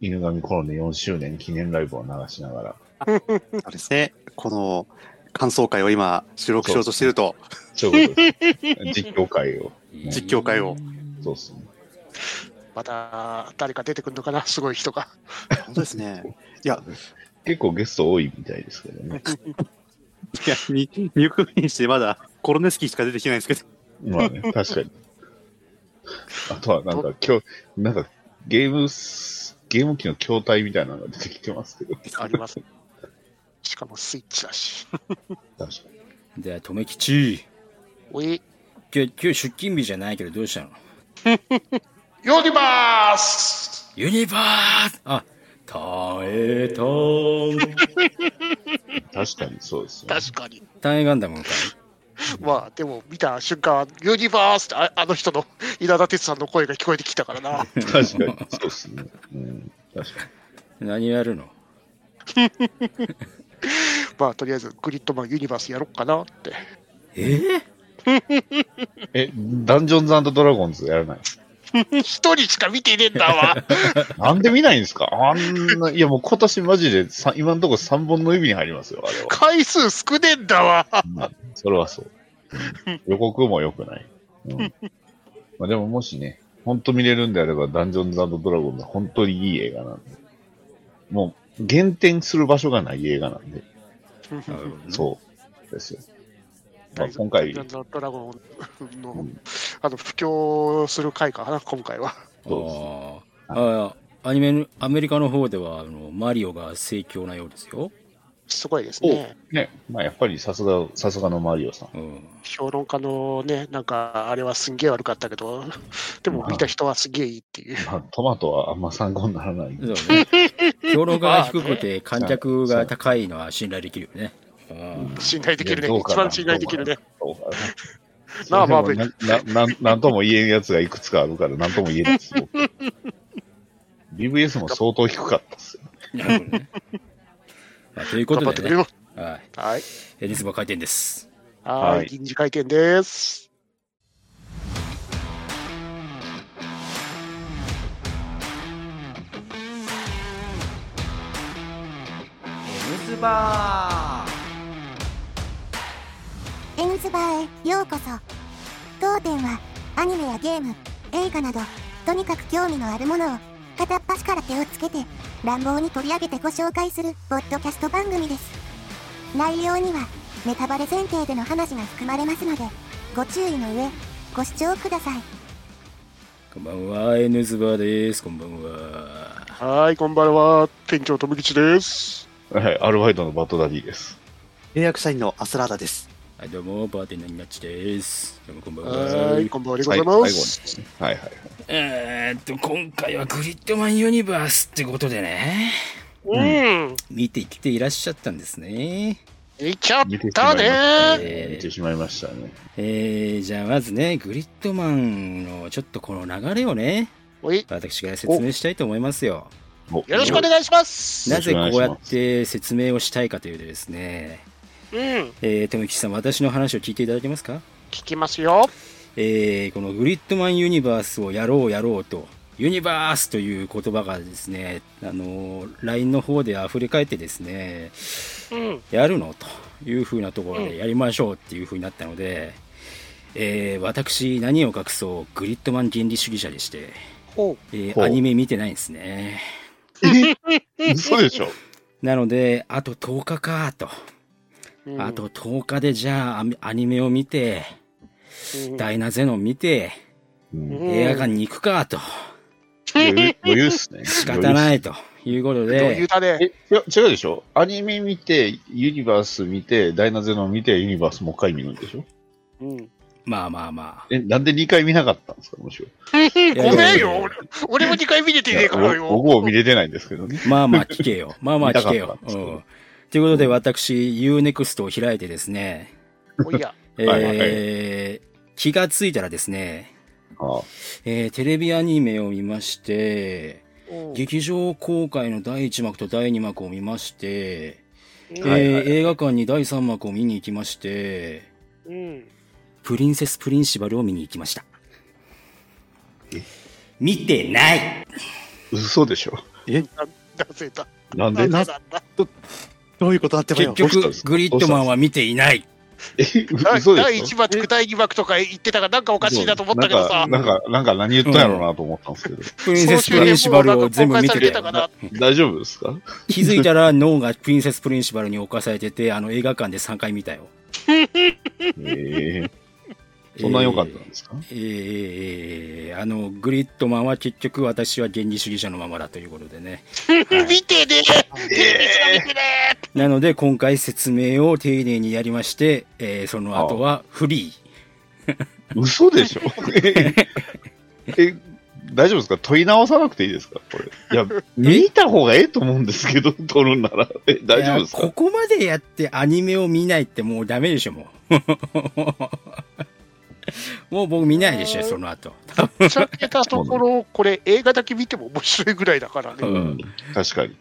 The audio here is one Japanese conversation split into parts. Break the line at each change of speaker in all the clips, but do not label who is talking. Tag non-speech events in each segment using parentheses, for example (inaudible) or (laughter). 犬神コロネ4周年記念ライブを流しながら、
そうですね。この感想会を今、収録しようとしてると、
ちょうど実況会を。
実況会を。
そうっすね。
また誰か出てくるのかな、すごい人
(laughs)
が。
本当ですね。
結構ゲスト多いみたいですけどね。
いや、に入国員してまだコロネスキーしか出てきてないんですけど、
ま (laughs) あね、確かに。あとはなんか、今日、なんかゲームス、ゲーム機の筐体みたいなのが出てきてますけど。
あります。しかもスイッチだし。
確かに。
で、留吉。
おい、
今日、今日出勤日じゃないけどどうしたの
ヨニバース
ユニバースあ、たえたん。
確かにそうですよね。
確かに。
単位ガンダムか
まあ、でも見た瞬間、ユニバースってああの人の稲田哲さんの声が聞こえてきたから
(laughs)
な。
確かに。そうですね。うん。確か
い何やるの
まあ、とりあえず、グリッドマンユニバースやろっかなって。
え
に。え、ダンジョンズドラゴンズやらない
一人しか見てねえんだ
(laughs)
わ。
なんで見ないんですかあんな、いやもう今年マジでさ今のところ3本の指に入りますよ、あれは。
回数少ねえんだわ。
うんそれはそう。うん予告も良くない。うんまあ、でももしね、本当見れるんであれば、ダンジョンズドラゴンズは本当にいい映画なんで。もう、減点する場所がない映画なんで、そうですよ。まあ、今回
ダ、ンジョンズドラゴンの、あの、布教する回かな、今回は。
あああアニメのアメリカの方ではあのマリオが盛況なようですよ、
すごいですね。
ね、まあやっぱりさすが、さすがのマリオさん。
うん、
評論家のね、なんか、あれはすんげえ悪かったけど、でも見た人はすげえいいっていう。 (laughs)
まあ、トマトはあんま参考にならないんで。
そうね評論家が低くて観客が高いのは (laughs) 信頼できるよね、うん
信頼できるね
いや。どうか
一
な
番信頼できるね。
どうかな
なあ
その辺
マ
もななななんとも言えんやつがいくつかあるから、なんとも言えないです。僕 BBS も相当低かったですよ。
なるほどねまあというこ
頑張
と
って
で
くれ
ね、
よ。
はい、
はい。
エリスバ回転です
はい
はい。臨時会見です。
スバー
エムズバーへようこそ当店はアニメやゲーム映画などとにかく興味のあるものを片っ端から手をつけて乱暴に取り上げてご紹介するポッドキャスト番組です内容にはネタバレ前提での話が含まれますのでご注意の上ご視聴ください
こんばんはエヌズバですこんばんは
はい、こんばんは。店長、富吉です。
はい、アルバイトのバッドダディです。
契約社員のアスラーダです。
はいどうもパーティーナニナッチですどうもこんばんは
はい、こんばんはでございます。
す。はいはい。
えーっと今回はグリッドマンユニバースってことでね
うん。
見てきていらっしゃったんですね
いちゃっ
見てしま
た
いました
ね。
ね。
ね
見てしまいましたね。
えー、じゃあまずね、グリッドマンのちょっとこの流れをね、
おい、
私から説明したいと思いますよ。
よ
よろしくお願いします。
なぜこうや
お願いし
っ
ま
て説明をしたいかというとですね、
うん。
えー、とめきちさん、私の話を聞いていただけますか
聞きますよ。
えー、このグリッドマンユニバースをやろうやろうと、ユニバースという言葉がですね、あのー、LINE の方で溢れ返ってですね、
うん。
やるのというふうなところでやりましょうっていうふうになったので、えー、私、何を隠そう、グリッドマン原理主義者でして、
ほう。
えー
ほう
アニメ見てないんですね。
嘘でしょ
なので、あと10日かと。
うん
あ、と10日でじゃあアミアニメを見て、
うん
ダイナゼノン見て、
うん
映画館に行くかと。
余裕余裕っすね。。
(laughs) 仕方ないいということ
余裕
で、
だね。
え、いや、違うでしょアニメ見て、ユニバース見て、ダイナゼノン見て、ユニバースもう一回見るんでしょ
うん。
まあまあまあ。
え、なんで2回見なかったんですかむしろ。
いや
ごめん
いやい
よ。
や
俺俺も2回見れてねえから
いや僕
よ。
僕も見れてないんですけどね。
まあまあ聞けよ。
(laughs)
まあまあ聞け
見たかっ。
よ
たんで
う
すけど
ん。ということで、私、UNEXT を開いてですね、
お
(laughs)
いや。
え
はいはいはい
ー、気がついたらですね、
ああ
えー、テレビアニメを見まして、
うん
劇場公開の第1幕と第2幕を見まして、
はい
えー映画館に第3幕を見に行きまして、
うん。
プリンセス・プリンシバルを見に行きました
え。
見てない
嘘でしょ。
なぜだ
なん
な
で
ぜなんだ
どういうことあっても
結
ど
よ。
う
局
した、
グリッドマンは見ていない。
え、
な
嘘で
第
し
1
ょ
幕、第2幕とか言ってたから、なんかおかしいなと思ったけどさ、
なんか、なんか、なんか何言ったんやろうなと思ったんですけ
(laughs)
ど。
プリンセス・プリンシバルを全部見て
て
た
たか
よ。
ら、
大丈夫ですか
気づいたら脳がプリンセス・プリンシバルに侵されてて、あの映画館で3回見たよ。
ええそんな良かったんですか、
えーえーえーえーあの、グリッドマンは結局私は原理主義者のままだということでね。
見てねテレビつなげてね
なので今回説明を丁寧にやりまして、えーその後はフリー。
嘘で
(laughs)
しょえ、大丈夫ですか問い直さなくていいですかこれ。いや、見た方がええと思うんです
(laughs)
けど、撮るんなら。え、大丈夫です
いや
か
ここまでやってアニメを見ないってもうダメでしょ、もう。もう僕見ないでしょ、その後。
ぶっちゃけたところ、これ映画だけ見ても面白いぐらいだから
う
ね。
うん、確かに。うん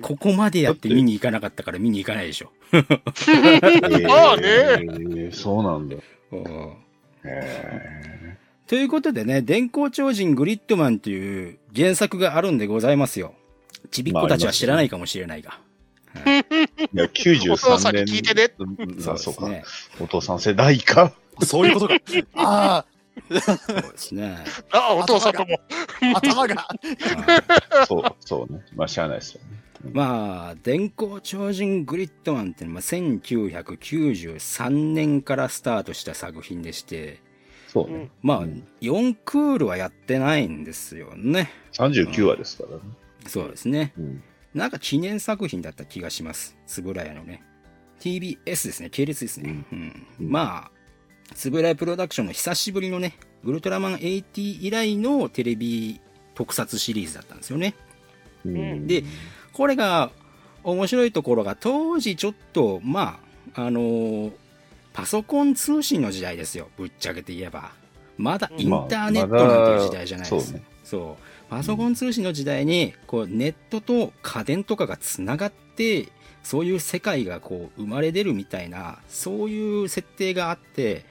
ここまでやって見に行かなかったから見に行かないでしょ。 (laughs)
(laughs) まあね
えーそうなんだ。
うん (laughs)
へ
ということでね、電光超人グリッドマンという原作があるんでございますよ。ちびっ子たちは知らないかもしれないが。
ーいや、93年。
お父さんに聞いてね
うん。あそう
です
か。
ね。
お父さん世代
(laughs)
か。
そういうことか。 (laughs) あ
そうです (laughs) ね。
ああ、お父さんとも。
あ、頭が。
はい
そう、そうね。まあ、しゃあないですよね。
まあ、電光超人グリッドマンっていうのは1993年からスタートした作品でして、
そうね。
まあ
うん、
4クールはやってないんですよね。
39話ですからね。
そうですね。
うん。
なんか記念作品だった気がします。つぶらやのね。TBS ですね。系列ですね。うん。
うん
まあ、つぶらやプロダクションの久しぶりのね、ウルトラマン80以来のテレビ特撮シリーズだったんですよね。
うん
で、これが面白いところが、当時ちょっと、まあ、あのーパソコン通信の時代ですよ。ぶっちゃけて言えば。まだインターネットなんていう時代じゃないです。
まあまだそうね
そう。パソコン通信の時代に、こう、ネットと家電とかがつながって、そういう世界がこう、生まれ出るみたいな、そういう設定があって、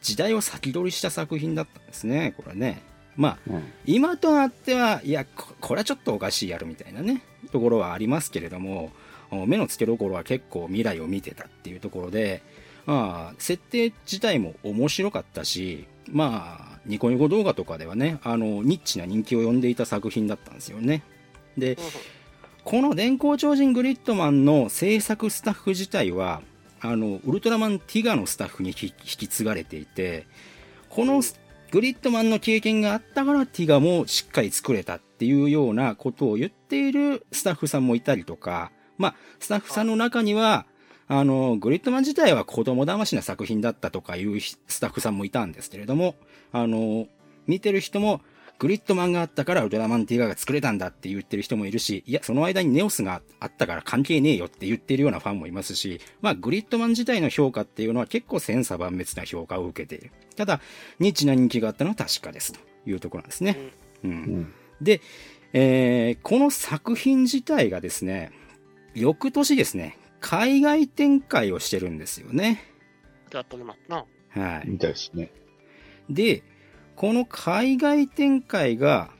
時代を先取りした作品だったんですね、これね。まあ、
うん
今となっては、いや、ここれはちょっとおかしいやろみたいなね、ところはありますけれども、お目の付けどころは結構未来を見てたっていうところで、まあ、設定自体も面白かったし、まあ、ニコニコ動画とかではね、あの、ニッチな人気を呼んでいた作品だったんですよね。で、この電光超人グリッドマンの制作スタッフ自体は、あの、ウルトラマンティガのスタッフに引き引き継がれていて、このスグリッドマンの経験があったからティガもしっかり作れたっていうようなことを言っているスタッフさんもいたりとか、まあ、スタッフさんの中には、あの、グリッドマン自体は子供騙しな作品だったとかいうひスタッフさんもいたんですけれども、あの、見てる人も、グリッドマンがあったからウルトラマンティガが作れたんだって言ってる人もいるし、いや、その間にネオスがあったから関係ねえよって言ってるようなファンもいますし、まあ、グリッドマン自体の評価っていうのは結構千差万別な評価を受けている。ただ、ニッチな人気があったのは確かですというところなんですね。う。
うんん
で、えーこの作品自体がですね、翌年ですね、海外展開をしてるんですよね。
やってもらったな。
はい。
みたいですね。
で、この海外展開が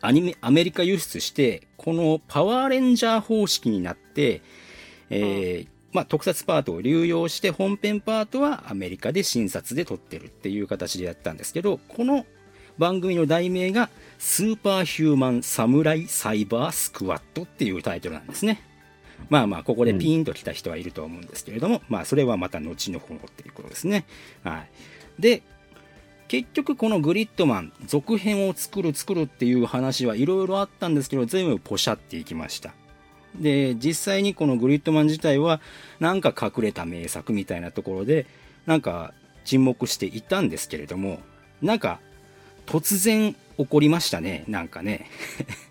アニメ、アメリカ輸出して、このパワーレンジャー方式になって、えーまあ、特撮パートを流用して、本編パートはアメリカで新撮で撮ってるっていう形でやったんですけど、この番組の題名が、スーパーヒューマンサムライサイバースクワットっていうタイトルなんですね。まあまあ、ここでピーンと来た人はいると思うんですけれども、まあ、それはまた後の方っていうことですね。はい。で、結局このグリッドマン続編を作る作るっていう話はいろいろあったんですけど全部ポシャっていきましたで実際にこのグリッドマン自体はなんか隠れた名作みたいなところでなんか沈黙していたんですけれどもなんか突然起こりましたねなんかね (laughs)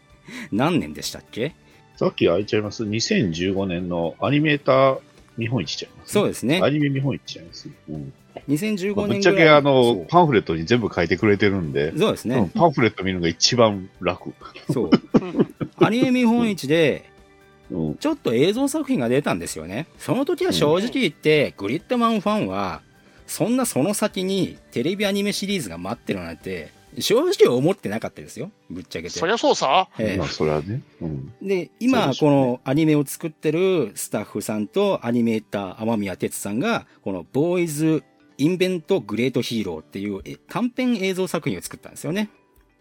何年でしたっけ
さっきあいちゃいます。2015年のアニメーター日本一ちゃいます、
そうですね
アニメ日本一ちゃいます。うんま
2015
あぶっ
年
ち
ぐら
ゃ
い
けあ
そ
の
う、
パンフレットに全部書いてくれてるんで、
そうですね、
うんパンフレット見るのが一番楽。
そうアニメ見本市で
うん。
ちょっと映像作品が出たんですよね。その時は正直言って、グリッドマンファンは、そんなその先にテレビアニメシリーズが待ってるなんて、正直思ってなかったですよ。ぶっちゃけて
そ。りゃそうさ。
ええ
まあ、それはね。うん。
で、
そう
今、
でしょ
こ
うね
のアニメを作ってるスタッフさんとアニメーター、天宮哲さんが、このボーイズ・インベント・グレート・ヒーローっていうえ短編映像作品を作ったんですよね。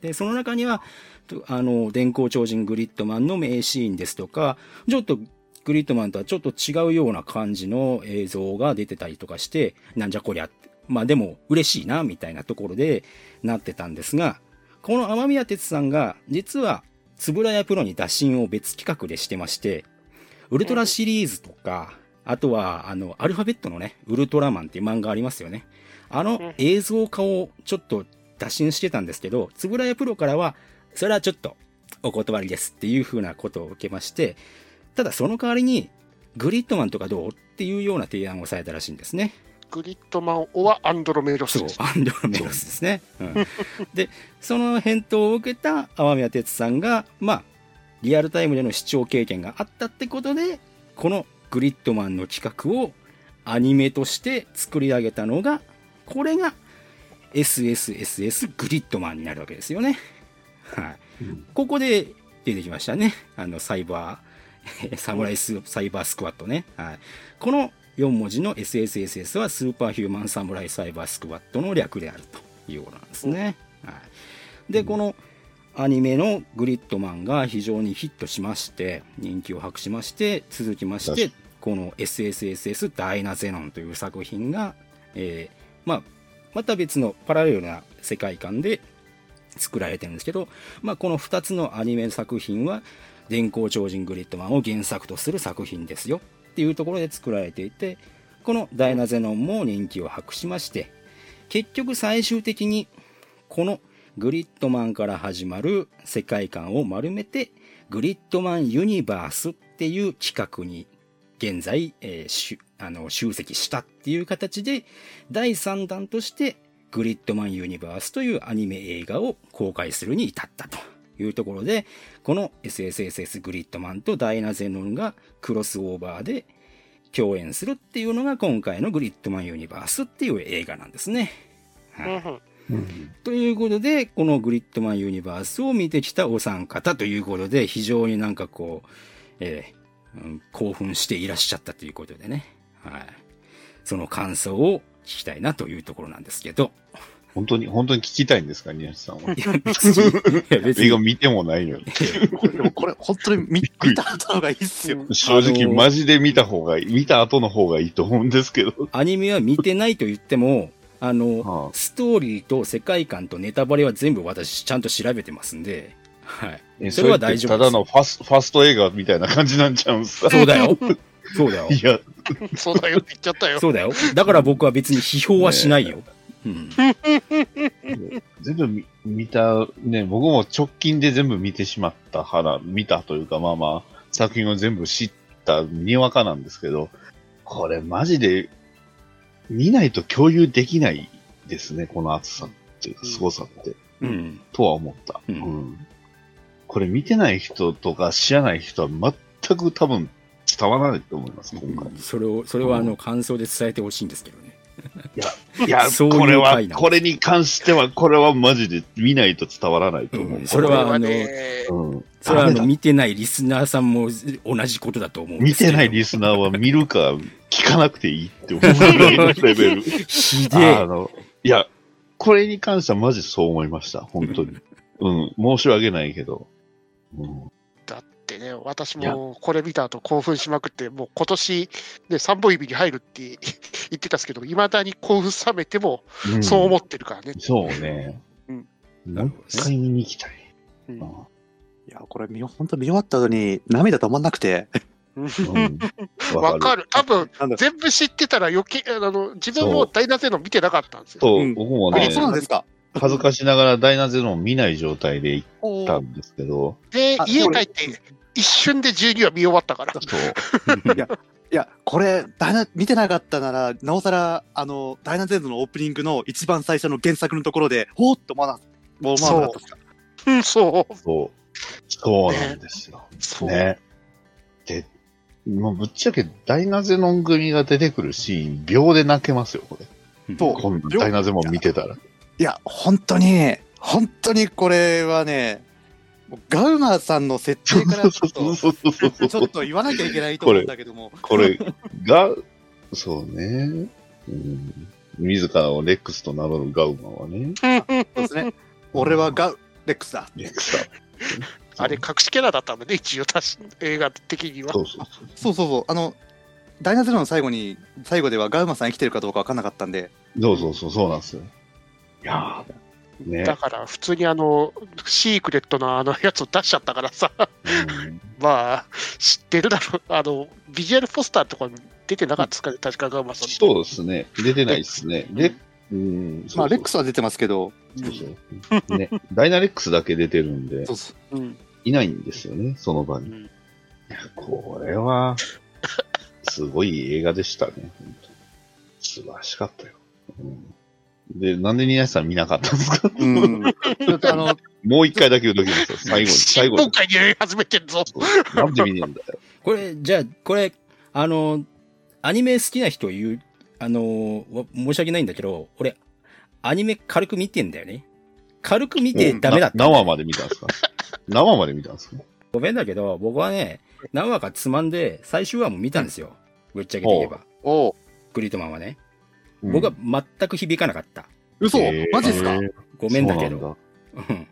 で、その中には、とあの、電光超人グリッドマンの名シーンですとか、ちょっとグリッドマンとはちょっと違うような感じの映像が出てたりとかして、なんじゃこりゃって。まあでも嬉しいな、みたいなところでなってたんですが、この天宮哲さんが、実は、つぶらやプロに打診を別企画でしてまして、ウルトラシリーズとか、あとは、あの、アルファベットのね、ウルトラマンっていう漫画ありますよね。あの映像化をちょっと打診してたんですけど、つぶらやプロからは、それはちょっとお断りですっていう風なことを受けまして、ただその代わりに、グリッドマンとかどうっていうような提案をされたらしいんですね。
グリッドマンオはアンドロメイドス
そう
です、。
アンドロメロスですね。うん、で、その返答を受けた天宮哲さんが、まあ、リアルタイムでの視聴経験があったってことで、このグリッドマンの企画をアニメとして作り上げたのが、これが SSSS グリッドマンになるわけですよね。はい。ここで出てきましたね。あの、サイバー、サムライス、サイバースクワットね。はい。この4文字の SSSS はスーパーヒューマンサムライサイバースクワットの略であるということなんですね。はい、で、このアニメのグリッドマンが非常にヒットしまして、人気を博しまして、続きまして、この SSSS ダイナゼノンという作品が、えーまあ、また別のパラレルな世界観で作られてるんですけど、まあ、この2つのアニメ作品は、電光超人グリッドマンを原作とする作品ですよっていうところで作られていて、このダイナゼノンも人気を博しまして、結局最終的に、このグリッドマンから始まる世界観を丸めて、グリッドマンユニバースっていう企画に現在、えーしゅあの集積したっていう形で、第3弾として、グリッドマンユニバースというアニメ映画を公開するに至ったというところで、この SSSS グリッドマンとダイナゼノンがクロスオーバーで共演するっていうのが今回のグリッドマンユニバースっていう映画なんですね。
う
は
ん
い
うん
ということで、このグリッドマンユニバースを見てきたお三方ということで、非常になんかこう、えーうん興奮していらっしゃったということでね。はい。その感想を聞きたいなというところなんですけど。
本当に、本当に聞きたいんですか、宮地さんは。
いや、別に。いや、別
映画
に。
見てもないのに。
これでもこれ本当に見
くり
見た後の方がいいっすよ。
正直、
あのー
マジで見た方がいい。見た後の方がいいと思うんですけど。
アニメは見てないと言っても、あの、
はあ
ストーリーと世界観とネタバレは全部私ちゃんと調べてますんで、はい。
え
それは大丈夫です
それってただのファスファスト映画みたいな感じなんちゃうんすか
そうだよ。 (laughs) そうだよ。
いや、
そうだよって言っちゃったよ。
そうだよ。だから僕は別に批評はしないよ。うん。
全部見見た、ね、僕も直近で全部見てしまった派な、見たというか、まあまあ、作品を全部知ったにわかなんですけど、これマジで、見ないと共有できないですね、この熱さっていうか、凄さって。
うん。
とは思った。
う
うんん。これ見てない人とか知らない人は全く多分伝わらないと思います、今回。
それを、それはあの、感想で伝えてほしいんですけどね。 (laughs)
いや、
そういう
これは
回なん、です
これに関しては、これはマジで見ないと伝わらないと思う。
うんそれはあの
ね
うん、
それはあ
ダメ
の、
だ
見てないリスナーさんも同じことだと思うんで
見
すけど。
てないリスナーは見るか聞かなくていいって思うぐらいのレベル。
ひで
あ
え。
の、いや、これに関してはマジそう思いました、本当に。うん、申し訳ないけど。うん、
だってね、私もこれ見た後興奮しまくって、もう今年、ね、三本指に入るって (laughs) 言ってたんですけど、いまだに興奮冷めても、
ん
そう思ってるからね。
そうね。
うん
もう一回見に行きたい。
うん
うん
いや、これ見よ、本当見終わった後に涙止まんなくて。
うん
(laughs) わかる。多分
なんだ
全部知ってたら余計、あの自分も大なぜの見てなかったんですよ。
そう、
うん
僕も
あ、
ね、
そうなんですか。
恥ずかしながらダイナゼロン見ない状態で行っ
お
た
ー
んですけど、
で
あ、
家帰って、一瞬で12話見終わったから。
そう、
(laughs) いや、これ、ダイナ、見てなかったなら、なおさら、あの、ダイナゼンズのオープニングの一番最初の原作のところで、おーっと思わな、もう思わなかったですか
うん、そう。
そう、そうなんですよ。
そう。
ね。で、もうぶっちゃけダイナゼノン組が出てくるシーン、秒で泣けますよ、これ。
そう
こんな
秒
ダイナゼノン見てたら。
いや、本当に、本当にこれはね、もうガウマーさんの設定からちょ
そ
っ
う
と
そうそう
(laughs)
そうそう
ちょっと言わなきゃいけないと思うんだけども、
これが、そうね。うん。自らをレックスと名乗るガウマンはね。
そうですね、俺はガウレックスだ。
レックスだ。
あれ、隠しキャラだったんだね、一応、たし映画的には
そ。うそうそう。
そうそうそう、あの、ダイナゼロの最後に、最後ではガウマさん生きてるかどうか分かんなかったんで、
そうそうそう、そうなんですよ。いやー、ね。
だから、普通にあの、シークレットのあのやつを出しちゃったからさ、
うん
まあ、知ってるだろう。あの、ビジュアルポスターとかに出てなかったですかね、確かガウマさん。
そうですね。出てないですね。レうん、
まあ、レックスは出てますけど、
スそうそう、ね。ダイナレックスだけ出てるんで
そ、うそう
うん。
いないんですよね、その場に。
うん
いや、これは、すごい映画でしたね。本当素晴らしかったよ。うんで、なんで宮下さん見なかったんですか (laughs)
うん、ちょっとあの、
もう一回だけ言うときますよ。最後に、最後
今
に。
回にやり始めてんぞ。
そうなんで見ねえんだよ。
これ、じゃあ、これ、あの、アニメ好きな人言う、あの、わ申し訳ないんだけど、俺、アニメ軽く見てんだよね。軽く見てダメだった。
な何話まで見たんですか何話まで見たんですか
ごめんだけど、僕はね、何話かつまんで、最終話も見たんですよ。ぶっちゃけて言えば。
(laughs) おう
グリートマンはね。僕は全く響かなかった。
嘘、
えー
マジっすか、
えー
ごめんだけ
そう
ど。
な
うん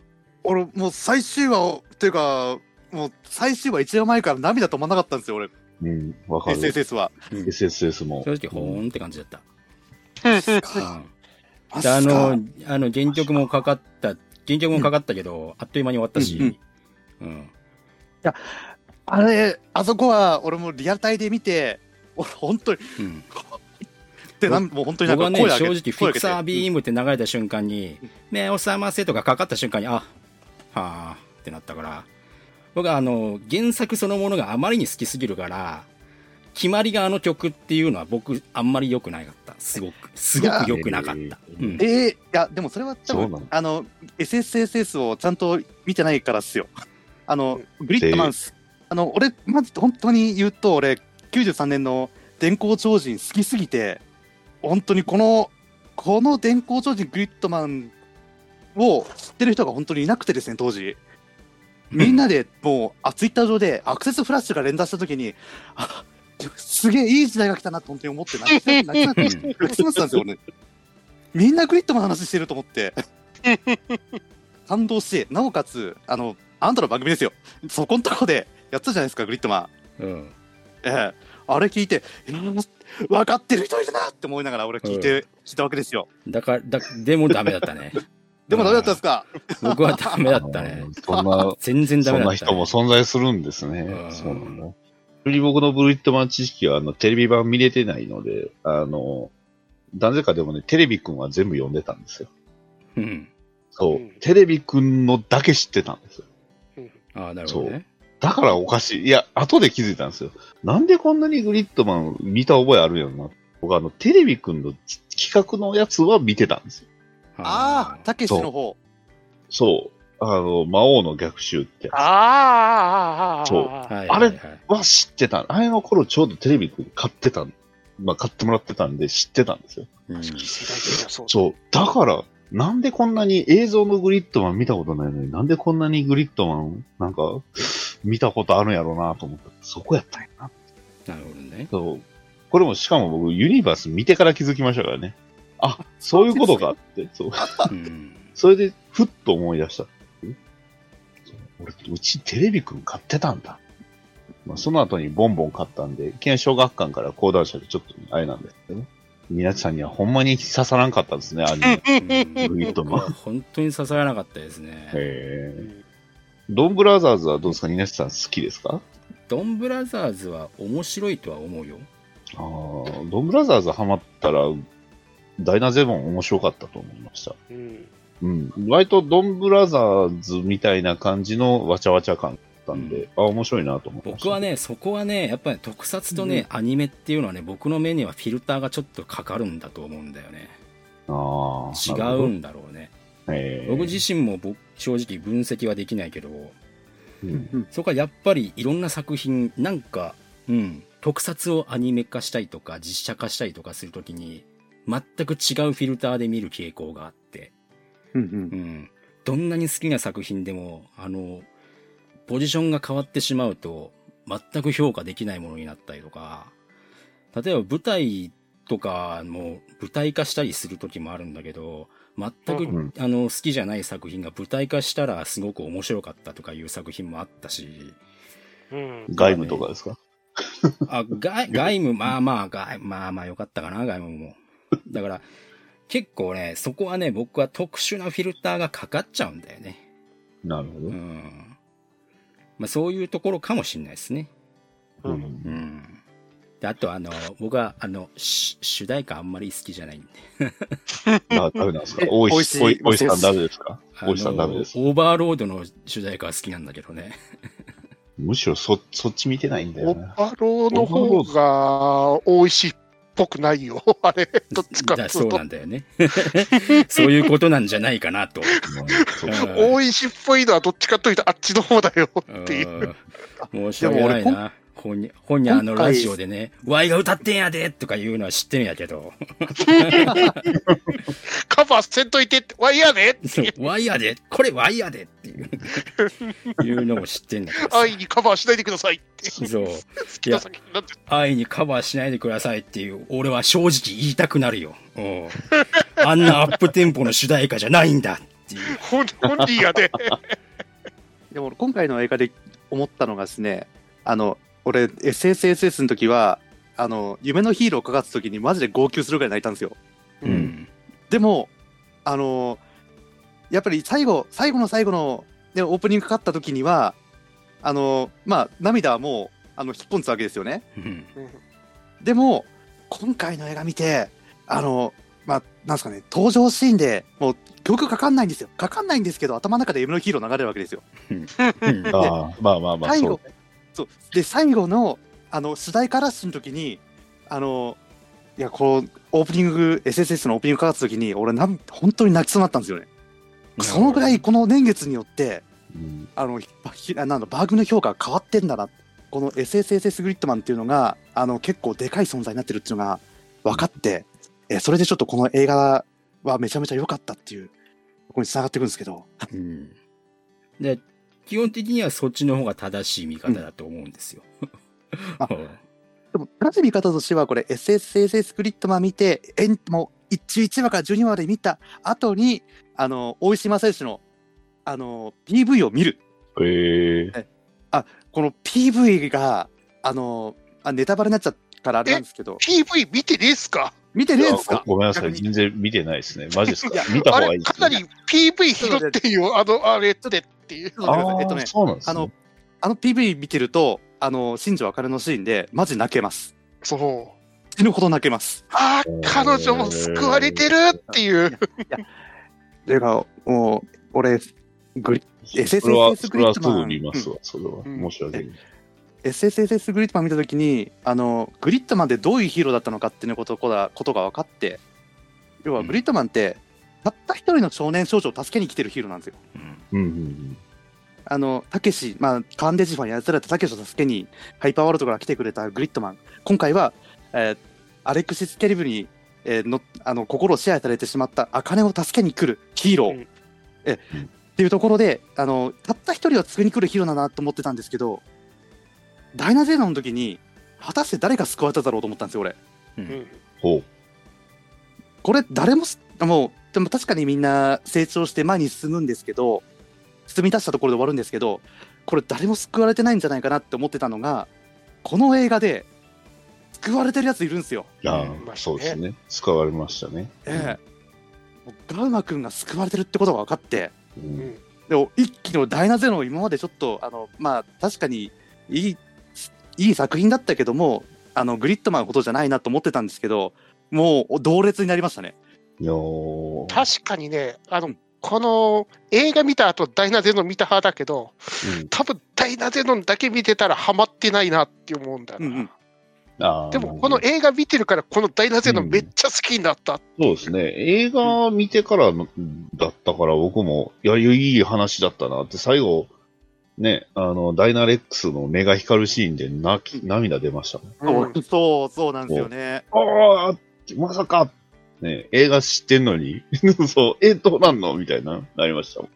俺、もう最終話を、というか、もう最終話一話前から涙止まんなかったんですよ、俺、
んだ。うん、わかる。
SSS は。
うん正
SSS も。
直、ほーんって感じだった。うん
マジ
で
っ
あ
すか
の、あの、原曲もかかった、原曲もかかったけど、あっという間に終わったし、うん。
あれ、あそこは俺もリアルタイで見て、俺、本当に、
うん
ってなん、もう本当になんか
僕はね、
声上
正
げ
直、フィクサービームって流れた瞬間に、目を覚ませとかかかった瞬間に、あ、はあってなったから、僕はあの、原作そのものがあまりに好きすぎるから、決まりがあの曲っていうのは僕、あんまり良くなかった。すごく、すごく良くなかっ
い
た
や。
うん
ええいや、でもそれは多
そうなの
分、あの、SSSS をちゃんと見てないからっすよ。 (laughs) あの、グリッドマンス。あの、俺、まず本当に言うと、俺、93年の電光超人好きすぎて、本当にこの、この電光超人グリッドマンを知ってる人が本当にいなくてですね、当時。みんなでもう、あ、ツイッター上でアクセスフラッシュが連打したときに、あすげえいい時代が来たなと本当に思って泣きそう泣きそう泣きそう
うん
になってたんですよ、俺。みんなグリッドマンの話してると
(laughs)
思って。感動して、なおかつ、あの、あんたの番組ですよ。そこんとこでやってたじゃないですか、グリッドマン。
うん。
ええあれ聞いて、えー分かってる人いるなって思いながら俺聞いて、知ったわけですよ。
だから、だ、でもダメだったね。
(laughs) でもダメだったんですか
僕はダメだったね。
そんな、
全然ダ
そ
メ
ん
だ
な
った。
人も存在するんです
う
ね。
ん
そうなんだ。より僕のブリットマン知識は、あの、テレビ版見れてないので、あの、男性かでもね、テレビくんは全部読んでたんですよ。
うん。
そう。
うん
テレビくんのだけ知ってたんですよ。
ああ、なるほどね。
だからおかしい。いや、後で気づいたんですよ。なんでこんなにグリッドマン見た覚えあるんやろな。僕あの、テレビくんの企画のやつは見てたんですよ。
ああ、
あ
たけしの方。
そう。あの、魔王の逆襲ってやつ。
あーあー、あーあー、あー
そう
ー。はい
あ
はい
れ
はい
は知ってた。あれの頃ちょうどテレビくん買ってたん、まあ買ってもらってたんで知ってたんですよ。
うん
世代的にはそうだ
そう。だから、なんでこんなに映像のグリッドマン見たことないのに、なんでこんなにグリッドマン、なんか、見たことあるんやろうなと思った。そこやったんやな。
なるほどね。
そう。これもしかも僕、ユニバース見てから気づきましたからね。あ、そういうことかって。そう。
うん。
それで、ふっと思い出した。そう俺、うちテレビくん買ってたんだ。まあ、その後にボンボン買ったんで、県小学館から講談社でちょっとあれなんですけどね。皆さんにはほんまに刺さらんかったですね、アニメ。グリッドマ
(laughs)
ン。
本当に刺さらなかったですね。
へえ。ドンブラザーズはどうですか稲地さん好きですか
ドンブラザーズは面白いとは思うよ。
ああ、ドンブラザーズハマったら、ダイナゼボン面白かったと思いました。
うん
うん。割とドンブラザーズみたいな感じのわちゃわちゃ感だったんで、あ面白いなと思って。
僕は、ね、そこはね、やっぱり特撮とね、アニメっていうのはね、僕の目にはフィルターがちょっとかかるんだと思うんだよね。
ああ、
違
なるほ
う
ど。
んだろうね。
え
僕自身も僕正直分析はできないけど、
身。うん
そこはやっぱりいろんな作品、なんか、うん、特撮をアニメ化したりとか実写化したりとかするときに、全く違うフィルターで見る傾向があって、
うんうん
うん。どんなに好きな作品でも、あの、ポジションが変わってしまうと、全く評価できないものになったりとか、例えば舞台とかも舞台化したりする時もあるんだけど、全く、
うん
あの、好きじゃない作品が舞台化したらすごく面白かったとかいう作品もあったし、
うん。
外務とかですか
あ、
(laughs)
ガイ、ガイム、まあまあ、ガイ、まあまあよかったかな、ガイムも。だから、結構ね、そこはね、僕は特殊なフィルターがかかっちゃうんだよね。
なるほ
う
ど。
ん。まあそういうところかもしれないですね。
う。
うんん
う。ん。であとあの、僕はあの、し主題歌あんまり好きじゃないんで。
な誰なんですか
え
大
大
石
石
大石大石さんダ
大石
メですか
あの
大石さんダメです。
オーバーロードの主題歌は好きなんだけどね。
むしろそそっち見てないんだ
オ
よな
ッ。パローの方が美味しいっぽくないよ。 (laughs) あれ、どっちかっ
だ
つ
そうう
と
な。んだよね。 (laughs) そういうことなんじゃないかなと。
うんそう
うん
大石っぽいのはどっちかというとあっちの方だよっていう。
うん申し訳ない
でも
な。本に、本にあ
今
のラ
回
ジオでね、ワイが歌ってんやでとか言うのは知ってんやけ
(laughs)
ど、
カバーせんといてって、わいやね
そうワイやでこれワイやでっていう、
(laughs)
いうのも知ってんだけどさ
安易にカバーしないでくださいって。
そう。
好きな作品なんて。
愛にカバーしないでくださいっていう、俺は正直言いたくなるよ。うん。あんなアップテンポの主題歌じゃないんだっていう。
本本人やで。
でも今回の映画で思ったのがですね、あの、俺、SSSS の時は、あの、夢のヒーローをかかった時にマジで号泣するぐらい泣いたんですよ。
う。
うんん。
でも、あの、やっぱり最後、最後の最後の、ね、オープニングかかった時には、あの、まあ、涙はもう、あの、引っ込んでたわけですよね。
うん。
でも、今回の映画見て、あの、まあ、なんですかね、登場シーンでもう曲かかんないんですよ。かかんないんですけど、頭の中で夢のヒーロー流れるわけですよ。
うん
ああ、 (laughs) まあまあまあ、
最
そ
後
う。
そうで最後のあの主題歌ラッシュの時にあのいやこうオープニング SSS のオープニングかかった時に俺なん本当に泣きそうになったんですよねそのぐらいこの年月によって
うん
あのひあなんだバーグの評価が変わってんだなこの SSSS グリッドマンっていうのがあの結構でかい存在になってるっていうのが分かってえそれでちょっとこの映画はめちゃめちゃ良かったっていうここに繋がっていくんですけど
うん。で、基本的にはそっちの方が正しい見方だと思うんですよ。
あでも、なぜ見方としては、これ、SSSS グリッドマン見て、えんもう、1、1話から12話まで見た後に、あの、大石正義の、あの、PV を見る。
ええ。
この PV が、あの、あネタバレになっちゃうからあれなんですけど、
PV 見てねえっすか
見てねえんすか
ごごめんなさい、
逆に
全然見てないですね。マジですか
いや
見た方
あ
がいい
れ、
です
か
ね
なり PV 拾ってんよ、あの、あれってっていう。
ありえ
あ
っとね
ーそうなんです
あ
ね
の。、あの PV 見てると、あの、新庄茜のシーンで、マジ泣けます。
そう。
死ぬほど泣けます。
ああ、彼女も救われてるっていう。
ていうか、もう、俺、グリ
それは、
SSSS
それは
グ
す
リッドマン
ぐ見ますわ、それは。
うん
申し訳ない。
SSSS グリッドマン見たときにあのグリッドマンでどういうヒーローだったのかっていうことことがことが分かって要は
うん
グリッドマンって、たった一人の少年少女を助けに来てるヒーローなんですよ。
うんうん
あのたけし、まあ、カンデジファンに操られたたけしを助けにハイパーワールドから来てくれたグリッドマン今回は、えーアレクシス・ケリブに、えーのあの心を支配されてしまったアカネを助けに来るヒーロー、
うん
え
うん
っていうところであのたった一人を救いに来るヒーローだなと思ってたんですけどダイナゼーナの時に果たして誰が救われただろうと思ったんですよ俺
うん
ほう。
これ誰もすもうでも確かにみんな成長して前に進むんですけど進み出したところで終わるんですけどこれ誰も救われてないんじゃないかなって思ってたのがこの映画で救われてるやついるんですよ。
あ
うん
あ、そうですね。使われましたね。
ええもうガウマくんが救われてるってことが分かって
うん
でも一気のダイナゼロを今までちょっとあのまあ確かにいいいい作品だったけどもあのグリッドマンほどじゃないなと思ってたんですけどもう同列になりましたね。
いやー
確かにね、あの、
うん
この映画見た後、ダイナゼノン見た派だけど、
うん
多分ダイナゼノンだけ見てたらハマってないなって思うんだよ
う
な。
んうん
あー
でも、この映画見てるから、このダイナゼノンめっちゃ好きになった。
そうですね。映画見てからのだったから、僕も、いや、いい話だったなって、最後、ね、あの、ダイナレックスの目が光るシーンで泣き、涙出ましたね。
うん
そうそうなんですよね。
ああ、ま (laughs) さか、ね、映画知ってんのに、そう、え、どうなんのみたいな、なりましたも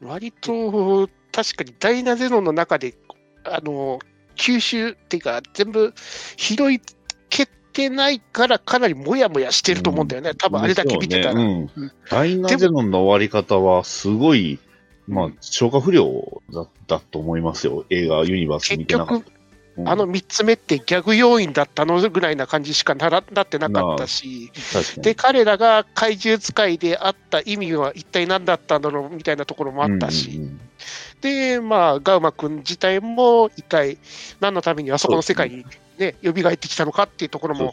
ん。
割と確かにダイナゼロの中であの吸収っていうか全部拾いけてないからかなりモヤモヤしてると思うんだよね、多分あれだけ見てたら、
ねうん、ダイナゼノンの終わり方はすごい、まあ、消化不良だだと思いますよ、映画、ユニバース見てなかった。うん
あの3つ目ってギャグ要員だったのぐらいな感じしかならなってなかったし、
確かに
で彼らが怪獣使いであった意味は一体何だったんだろうみたいなところもあったし、
うんうんうん
で、まあ、ガウマ君自体も一体何のためにあそこの世界に、ね蘇ってきたのかっていうところ
そう
も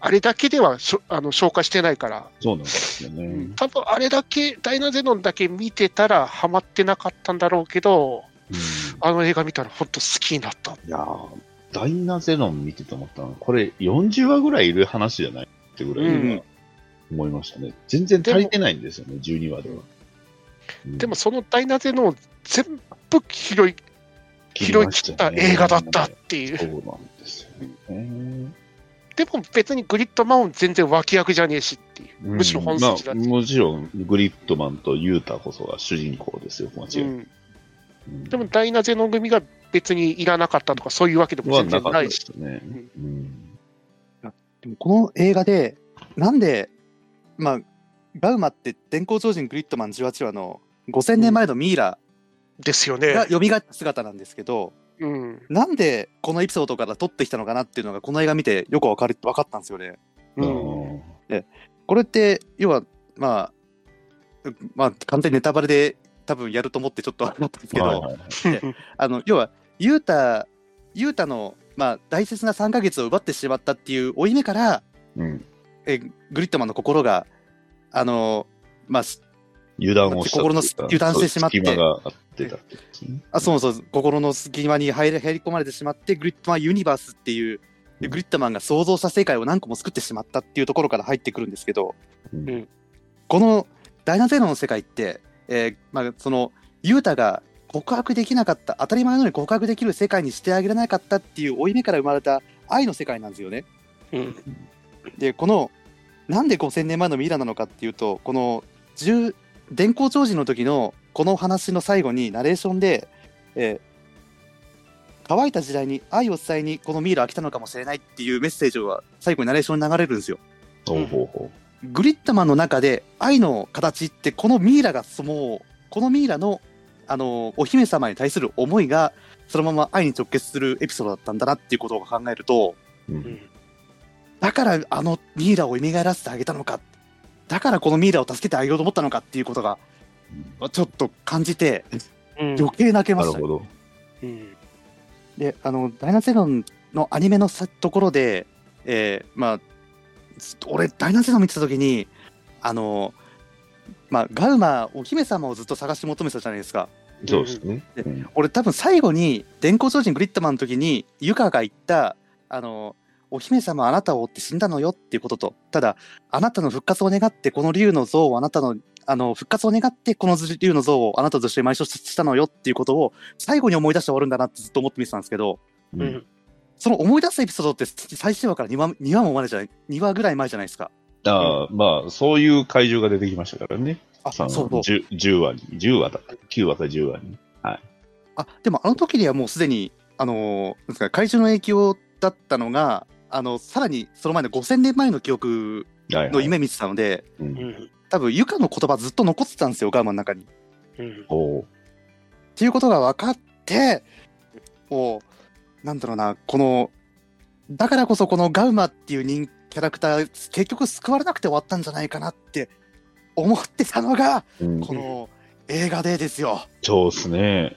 あれだけではしょあの消化してないから、
そうなんですよね。
多分あれだけダイナゼノンだけ見てたらハマってなかったんだろうけど
うん
あの映画見たら本当好きになった
いやーダイナゼノン見てて思ったのはこれ40話ぐらいいる話じゃないってぐらい、
うん
思いましたね。全然足りてないんですよね、12話では。うん
でも、そのダイナゼノン全部拾い拾い切った映画だったっていう
そうなんですよね。
でも別にグリッドマン全然脇役じゃねえしっていうむしろ本筋だ
う
っ
ん
た
まあもちろん、グリッドマンとユータこそが主人公ですよ、間違いなく
うん
うん
でもダイナゼノン組が別にいらなかったとかそういうわけでも
は
全
な
然
かった
な
で
いし
すね。うん
でもこの映画で、なんで、まあ、ガウマって電光超人グリッドマン18話の5000年前のミイラ
ですよ
が
ね。
蘇った姿なんですけど、
うん
なんでこのエピソードから撮ってきたのかなっていうのが、この映画見てよくわかる分かったんですよね。
うん
うん
これって、要は、まあ、うまあ、完全にネタバレで多分やると思ってちょっとあれだったんですけど、
はいはいはい
あの、要は、ユータ、ユータの、まあ、大切な3ヶ月を奪ってしまったっていう負い目から、
うん
えグリットマンの心が、あの、まあ、す
油断をしたっていうか。
心の油断してしまって
そう隙間があってたってことですね
あそうそう、心の隙間に入り入り込まれてしまって、グリットマンユニバースっていう、でグリットマンが想像した世界を何個も作ってしまったっていうところから入ってくるんですけど、
うん
うん
このダイナゼロの世界って、えーまあ、そのユータが告白できなかった当たり前のように告白できる世界にしてあげられなかったっていう負い目から生まれた愛の世界なんですよね。
うん
でこのなんで5000年前のミイラなのかっていうとこの10電光超人の時のこの話の最後にナレーションで、えー乾いた時代に愛を伝えにこのミイラは来たのかもしれないっていうメッセージは最後にナレーションに流れるんですよ。
ほうほうほ
グリッドマンの中で愛の形ってこのミイラがそもうこのミイラのあのお姫様に対する思いがそのまま愛に直結するエピソードだったんだなっていうことを考えると
う。うん
だからあのミイラを蘇らせてあげたのかだからこのミイラを助けてあげようと思ったのかっていうことがちょっと感じて
うん
余計泣けま
なる
したね
ほど。
うん
であのダイナゼロンのアニメのさところで、えーまあす俺ダイナゼロン見てた時にあのまあガウマお姫様をずっと探し求めてたじゃないですか
そうですね。うん
俺多分最後に電光超人グリッドマンの時にユカが言ったあのお姫様あなたを追って死んだのよっていうこととただあなたの復活を願ってこの竜の像をあなたのあの復活を願ってこの竜の像をあなたとして埋葬したのよっていうことを最後に思い出して終わるんだなってずっと思って見てたんですけど、
うん
うん
その思い出すエピソードって最終話から2話 ,2 話も前じゃない2話ぐらい前じゃないですか。
ああ、まあ、そういう怪獣が出てきましたからね。
あ
さ
そ
ん
うそう
10 10話に。10話だった。9話か10話に。
あでもあの時にはもうすでに、あのーなんですか怪獣の影響だったのがあのさらにその前の5000年前の記憶
はいはい
の夢見てたので、
うん
うん
多分ユカの言葉ずっと残ってたんですよガウマの中に。っ
うん
ほ
ていうことが分かってもうなんだろうなこのだからこそこのガウマっていう人キャラクター結局救われなくて終わったんじゃないかなって思ってたのが。
う。うん
この映画でですよ、
そうですね。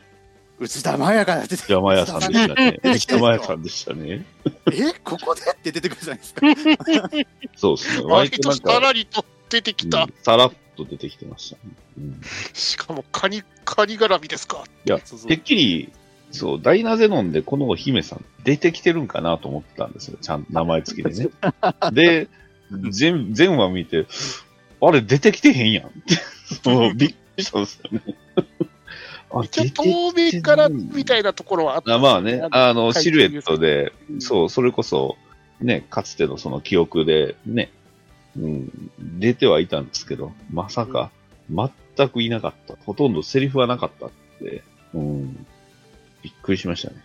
内田真也が出て
山マヤさんでしたね。
内田
(laughs) 山
真
マ
也
ヤ
さ
さ
ん
んでしたね。
えここでって出てくるじゃないですか。
そうですね。
割
割と
と
なん
さ
か、
らりと出てき
う
た
んさらっと出てきてましたね。うん
しかもカニカニ絡みですか
てっきり、そう、ダイナゼノンでこのお姫さん出てきてるんかなと思ってたんですよ。ちゃんと名前付きでね。で、全全話見て、あれ出てきてへんやんって、 (laughs) そうびっくりしたんですよね。あ、
一応
出て
透明からみたいなところはあった
あまあね、あの、シルエットで、
うん
そう、それこそ、ね、かつてのその記憶で、ね、うん、出てはいたんですけど、まさか、全くいなかった。ほとんどセリフはなかったって。うん。びっくりしましたね。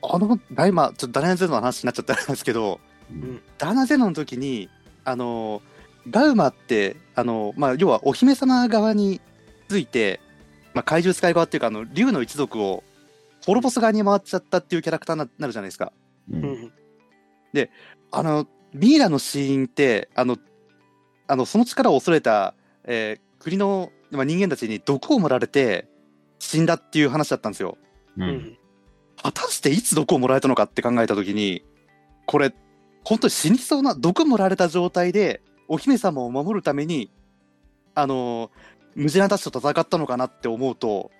この大魔、ちょっとダナゼノの話になっちゃったんですけど、 (laughs)
うん
ダナゼノの時に、あの、ガウマって、あの、まあ、要はお姫様側について、まあ、怪獣使い側っていうか、あの、竜の一族を滅ぼす側に回っちゃったっていうキャラクターにななるじゃないですか。
う。
うんん。
あの、ミイラの死因って、あの、あのその力を恐れた、えー国の、まあ、人間たちに毒を盛られて死んだっていう話だったんですよ。
う。
うんん。
果たしていつ毒をもらえたのかって考えた時にこれ本当に死にそうな毒もられた状態でお姫様を守るためにあのームジナたちと戦ったのかなって思うと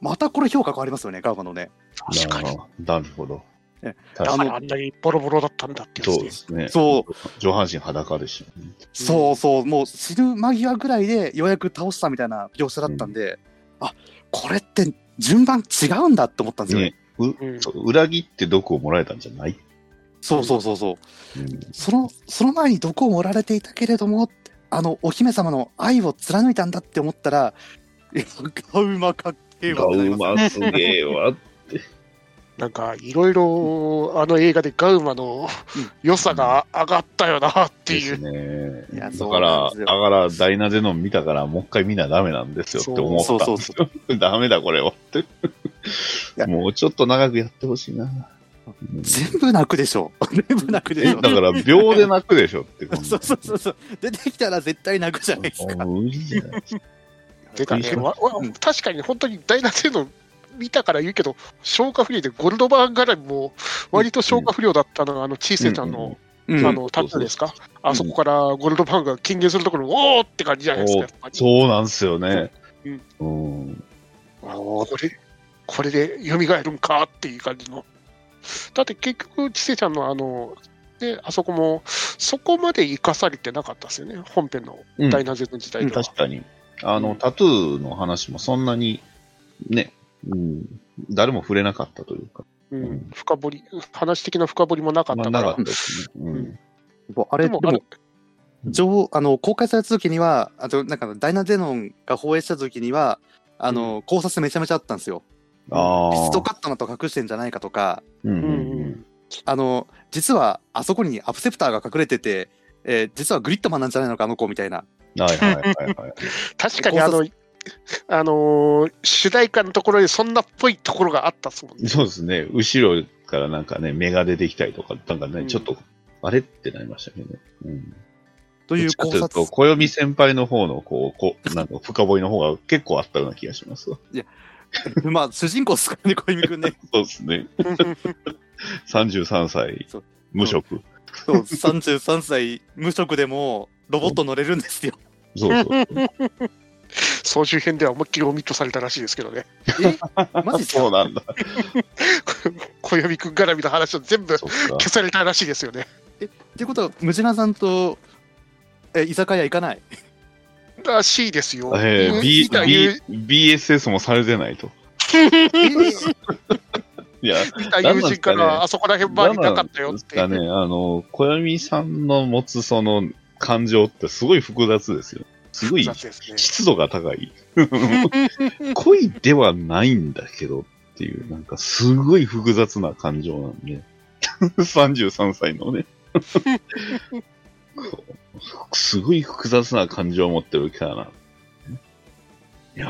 またこれ評価変わりますよねガウマのね
確かに。
なるほど。
え
確
だ
か
か
に
らあんなにボロボロだったんだってや
そう
つ
で
です
ね。。
そう
上半身裸でしたね、
そうそうもう死ぬ間際ぐらいでようやく倒したみたいな描写だったんで、あこれって順番違うんだって思ったんですよね
ねう
うん
そう裏切って毒をもらえたんじゃない、
そうそうそうそう
うん
そのその前に毒を盛られていたけれどもあのお姫様の愛を貫いたんだって思ったらいやガウマかっけえわ
ガ
ってなり
ウ
ます
マすげえわ。
なんか、いろいろ、あの映画でガウマの
うん
良さが上がったよなっていう。
です
い
ね。
や
だ
そう
から、
なんです
だ
よ
から、ダイナゼノン見たから、もう一回見なダメなんですよって思ったんですよ。
そうそうそ
(laughs) ダメだ、これはって。
や
もうちょっと長くやってほしいな。うん
全部泣くでしょ全部泣くで
え
しょ
だから、秒で泣くでしょって。
そうそうそうそう出てきたら絶対泣くじゃないですか
もう無理じゃないですか。
出たね
うん
わわ確かに本当にダイナゼノ見たから言うけど、消化不良でゴルドバーン絡みも割と消化不良だったのが、あの、チーセちゃんの、
う
あ
ん
の、タッグですかあそこからゴルドバーンが金言するところ、おーって感じじゃないですかやっぱり。
そうなんですよね。うん。
これ、これで蘇るんかっていう感じの。だって結局、ちせちゃんのあの、で、あそこも、そこまで生かされてなかったですよね、本編の
うん
ダイナゼの時代では。
確かに。あの、タトゥーの話もそんなに、ね、うん、誰も触れなかったというか。
うん
うん
深掘り、話的な深掘りもなかっ
ま
た
あ、
か。
なからったですね。うん。
もうあれ
で
で
も
も
あの
上あの公開された時にはあとなんかダイナゼノンが放映した時にはあの、考察めちゃめちゃあったんですよ
あ
ピ
あ
ス。トカットのと隠してんじゃないかとか
うん
う
うんん
う
うんん
あの、実はあそこにアプセプターが隠れてて、えー実はグリッドマンなんじゃないのか、あの子みたいな。
はいはいはいはい。
確かにあの、あのー主題歌のところでそんなっぽいところがあったっす
(laughs)
もんね。
そうですね。後ろからなんかね、目が出てきたりとか、なんかね、
うん
ちょっと、あれってなりましたけどね。うん。
という
どっ
考
ちかというと、
察。
暦先輩の方の、こう、こう、なんか深掘りの方が結構あったような気がしますわ。
(laughs) まあ、主人公ですからね、小泉くんね。
そうですね。33歳
そう、
無職。
そう、33歳、無職でも、ロボット乗れるんです
(laughs)
よ。
そうそうそう。
総集編では思いっきりオミットされたらしいですけどね。
えマジっす
そう
か
なんだ。
小指くん絡みの話は全部
そっか。
消されたらしいですよね。
ってことは、ムジナさんと、え、居酒屋行かない。
らしいですよ。
え
う
ー
ん
B
みたいに
B、BSS もされてないと。いや、
見た友人か
何なんですかね
ら、あそこら辺周りなかったよ
なんで
っ
す
て。
かね、あの、小闇さんの持つその感情ってすごい複雑ですよ。すごい
雑ですね。
湿度が高い。恋ではないんだけどっていう、なんかすごい複雑な感情なんで。33歳のね。こうすごい複雑な感情を持ってるキャラなんでいや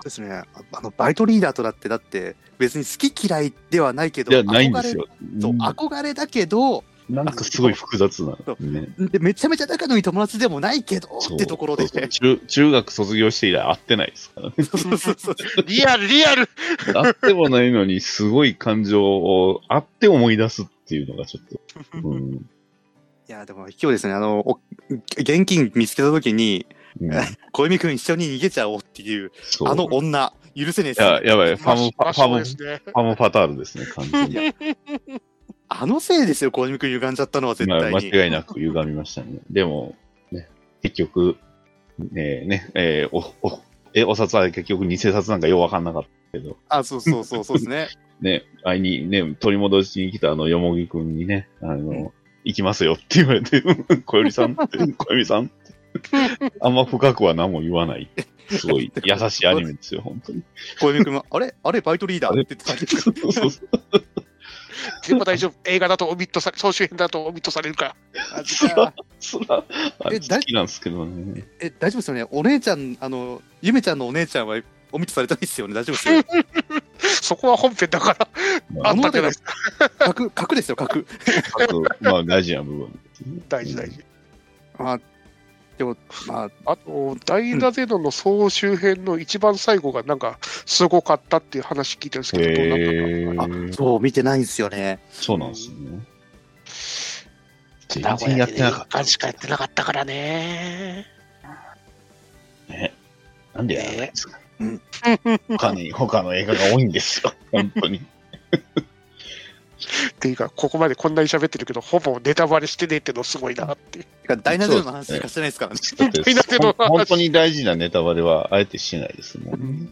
ー
ですね。ああの、バイトリーダーとだって、だって、別に好き嫌いではないけど、
いや、ないんですよ。
憧れそう
うん
憧れだけど、
なんかすごい複雑な
そ
ね。
でめちゃめちゃ仲のいい友達でもないけど
そう
ってところで。
そうそう中中学卒業して以来会ってないです
(laughs)
からね。
そうそうそう
リアル、リアル。
会ってもないのに、すごい感情を会って思い出すっていうのがちょっと。うん
いや、でも、卑怯ですね。あの、お現金見つけたときに、
うん
小泉くん一緒に逃げちゃおうっていう、
そう
あの女、許せねえっす
や、やばい、ファム、フ
マシ
ァ
マ
ム、
シ
フ
ですね。
ァムファタールですね、完全に。
あのせいですよ、小泉くん歪んじゃったのは絶
まあ
対に。
間違いなく歪みましたね。でも、ね、結局、ねえ、ねえーお、お、え、お札は結局偽札なんかようわかんなかったけど、
あ、そうそうそう、そうですね。 (laughs)
ね、あいに、ね、取り戻しに来たあの、よも (laughs)
(laughs)
ぎくんにね、あの、行きますよって言われて、小よりさんって、小よりさんって。あんま深くは何も言わない。す
(laughs)
ごい優しいアニメですよ、本当に。
小泉君は、あれ (laughs) あれバイトリーダ
あ
ー
れ
って言ってたけ
(laughs)
ど
そうそうそう
でも大丈夫。映画だとオミットさ、総集編だとオミットされるから。
あじゃあ
そら、あれ
えだ
好きなんですけどね。
え、大丈夫ですよねお姉ちゃん、あの、ゆめちゃんのお姉ちゃんは、お見せされたいですよね大丈夫 (laughs) ですよ。
そこは本編だから。
ま
あ
あ、
んたじゃないですか。
格、格ですよ、格。
あとまあ、大事な部分ですね、
大事大事。
まあ、でも、まあ、
あと、ダイナゼノの総集編の一番最後がなんか、すごかったっていう話聞いてるんですけど、どうな
へ
ったか
ー
そう、見てないんですよね。
そうなんですね。全
な。
然やってなかっ
一巻しかやってなかったからね。
たね。なんでやらないんですか、
うん
他に、他の映画が多いんです
(laughs)
よ。本当に。
っていうか、ここまでこんなに喋ってるけど、ほぼネタバレしてねえってのすごいなっていう。
てか大ナゼロの話しかしてないですからね。
だって
(laughs) みんなでも
ほん本当に大事なネタバレはあえてしないですもんね。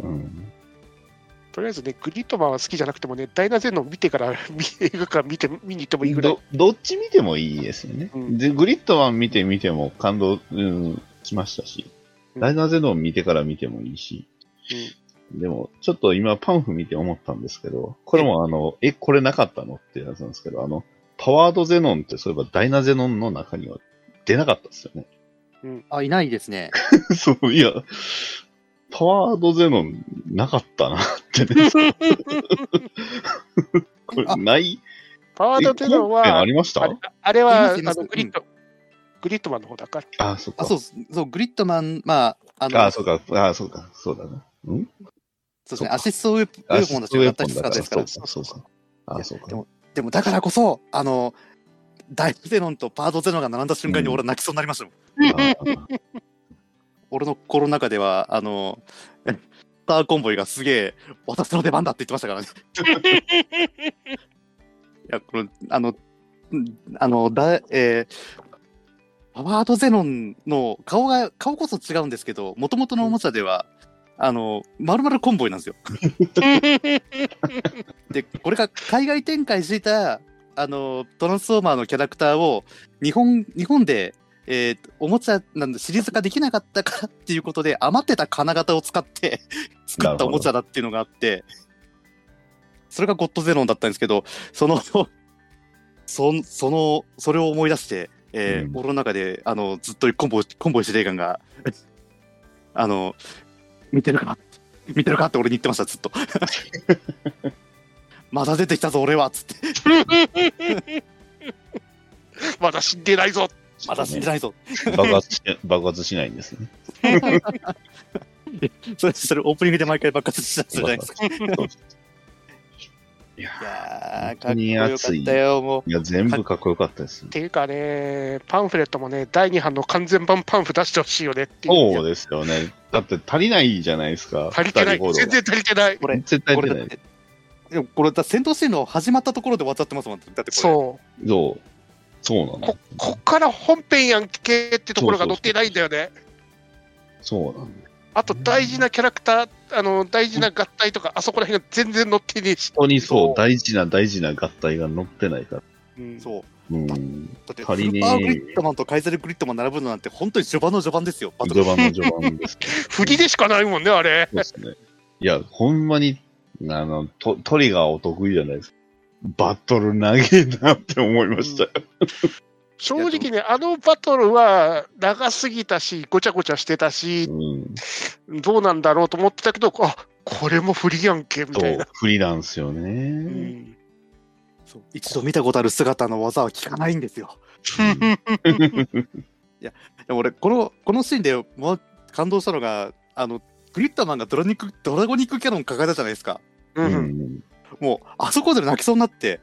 うん。
とりあえずね、グリッドマンは好きじゃなくてもね、ダイナゼノ見てから、み映画館見て、見に行ってもいいぐらい
ど。どっち見てもいいですよね、
うん
で。グリッドマン見て見ても感動、うん、しましたし、
うん
ダイナゼノン見てから見てもいいし、でもちょっと今パンフ見て思ったんですけど、これもあの、え、これなかったのってやつなんですけど、あの、パワードゼノンってそういえばダイナゼノンの中には出なかったですよね。 (laughs)
あ、いないですね。
そう、いや、パワードゼノンなかったなって
(laughs)
ね。これない
パワードゼノ
え
ン
本編
は
あ、りました
あれあれは、
いま
あ
すいます
のグリッド、グリッドマンの方だから。
あ、そっ
あ、
か。
そうです、そう、グリッドマン、まあ、あの、
あ、そうか。あ、そうか。そうだね。うん
そうです
そ
ね、
うか
アシストウェ
あ、
ポンだし、私使ったですから。
そうか。そうかあ、そうか
で。も、でもだからこそ、あの、ダイナゼノンとパートゼノンが並んだ瞬間に
うん
俺は泣きそうになりましたもん。
あ
俺の心の中では、あの、スターコンボイがすげえ、私の出番だって言ってましたからね。いや、これ、あの、うんあの、だ、えーパワードゼノンの顔が、顔こそ違うんですけど、もともとのおもちゃでは、あの、まるまるコンボイなんですよ。で、これが海外展開していた、あの、トランスフォーマーのキャラクターを、日本、日本で、えーおもちゃなんでシリーズ化できなかったからっていうことで、余ってた金型を使って作ったおもちゃだっていうのがあって、それがゴッドゼノンだったんですけど、その、そんその、それを思い出して、えー
うん
俺の中で、あの、ずっとコンボ、コンボイ司令官が、 (laughs) あの、見てるか見てるかって俺に言ってました、ずっと。 (laughs) また出てきたぞ、俺はっつって。
(laughs) まだ死んでないぞ。
(laughs) まだ死んでないぞ。
爆発し爆発しないんですね。
それ、それオープニングで毎回爆発したやつじゃないですか。
そういや
いや
本
ー、か
当
っこ
に
よか
熱い
ったよ、も
いや、全部かっこよかったです
っ。ていうかね、パンフレットもね、第2版の完全版パンフ出してほしいよねっていう。
そうですよね。だって足りないじゃないですか。
足りてな
二
い。
人ほど
全然足りてない。
これ
絶
う。
対
こ
足り
れ
て
だ
な
っ
い。
て、でもこれだって戦闘シーンの始まったところで終わっちゃってますもん。だってこれ。
そう。
そう。そうなの
こ。こっから本編やんけってところが載ってないんだよね。
そうなの。
あと大事なキャラクター、あの大事な合体とか、あそこら辺が全然載ってねえし。
本当に
そ
そうう、大事な大事な合体が乗ってないから。
うん
そう。
うん。
だって、ス
足りねえ
ーパーグリッドマンとカイゼルグリッドマン並ぶのなんて、本当に序盤の序盤ですよ。バトル
序盤の序盤ですけど。
振りでしかないもんね、あれ。
そうですね。いや、ほんまに、あの、トトリガーお得意じゃないですか。バトル長えなって思いましたよ。
正直ね、あのバトルは長すぎたし、ごちゃごちゃしてた
う
し、
ん。
どうなんだろうと思ってたけど、あこれも振りやんけ、み
そ
たいうな。、
不利なんですよ
う
ね。
ん
そう一度見たことある姿の技は効かないんですよ。でも俺、この、このシーンでもう感動したのが、あの、グリッドマンがドラニク、ドラゴニックキャノン抱えたじゃないですか。
う
うんん。
もう、あそこで泣きそうになって、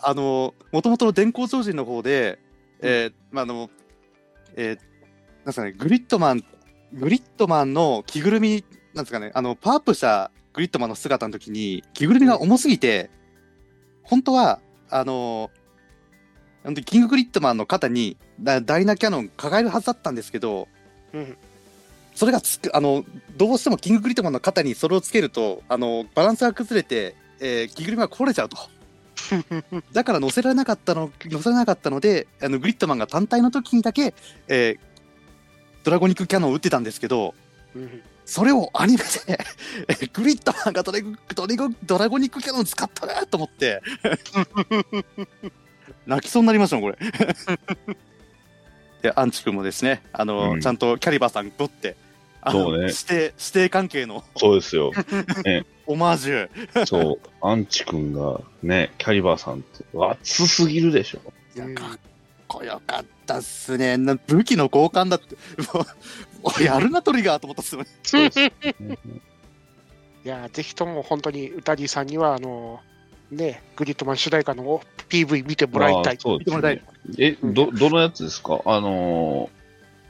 あの、もともとの電光超人の方で、えーまあ、あの、えーなんですかね、グリッドマン、グリッドマンの着ぐるみ、なんですかね、あの、パワーアップしたグリッドマンの姿の時に、着ぐるみが重すぎて、本当は、あの、なんでキンググリッドマンの肩にダダイナキャノン抱えるはずだったんですけど、
うん
それがつくあのどうしてもキンググリッドマンの肩にそれをつけるとあのバランスが崩れて、えー、着ぐるみが壊れちゃうとだから載せられなかったの、載せられなかったので、あのグリッドマンが単体の時にだけ、えードラゴニックキャノンを撃ってたんですけど、
うん
それをアニメで、えーグリッドマンがドレドレゴドラゴニックキャノン使ったなと思って、泣きそうになりましたもん、これ。で、アンチ君もですね、あの、
うん
ちゃんとキャリバーさん取って、あの
そうね
指定、指定関係の
そうですよ。
オマージュ。
そう、アンチ君がね、キャリバーさんって、熱すぎるでしょ。
いや、かっこよかったっすね。な武器の交換だって、もう、もう (laughs) やるな、トリガーと思ったっすよね。
そうですね
いやーぜひとも本当に歌リーさんにはあのーねグリッドマン主題歌の PV 見てもらいた
あ
い
ーそう
見
で
ても
す
らい
ね。え、ど、どのやつですかあの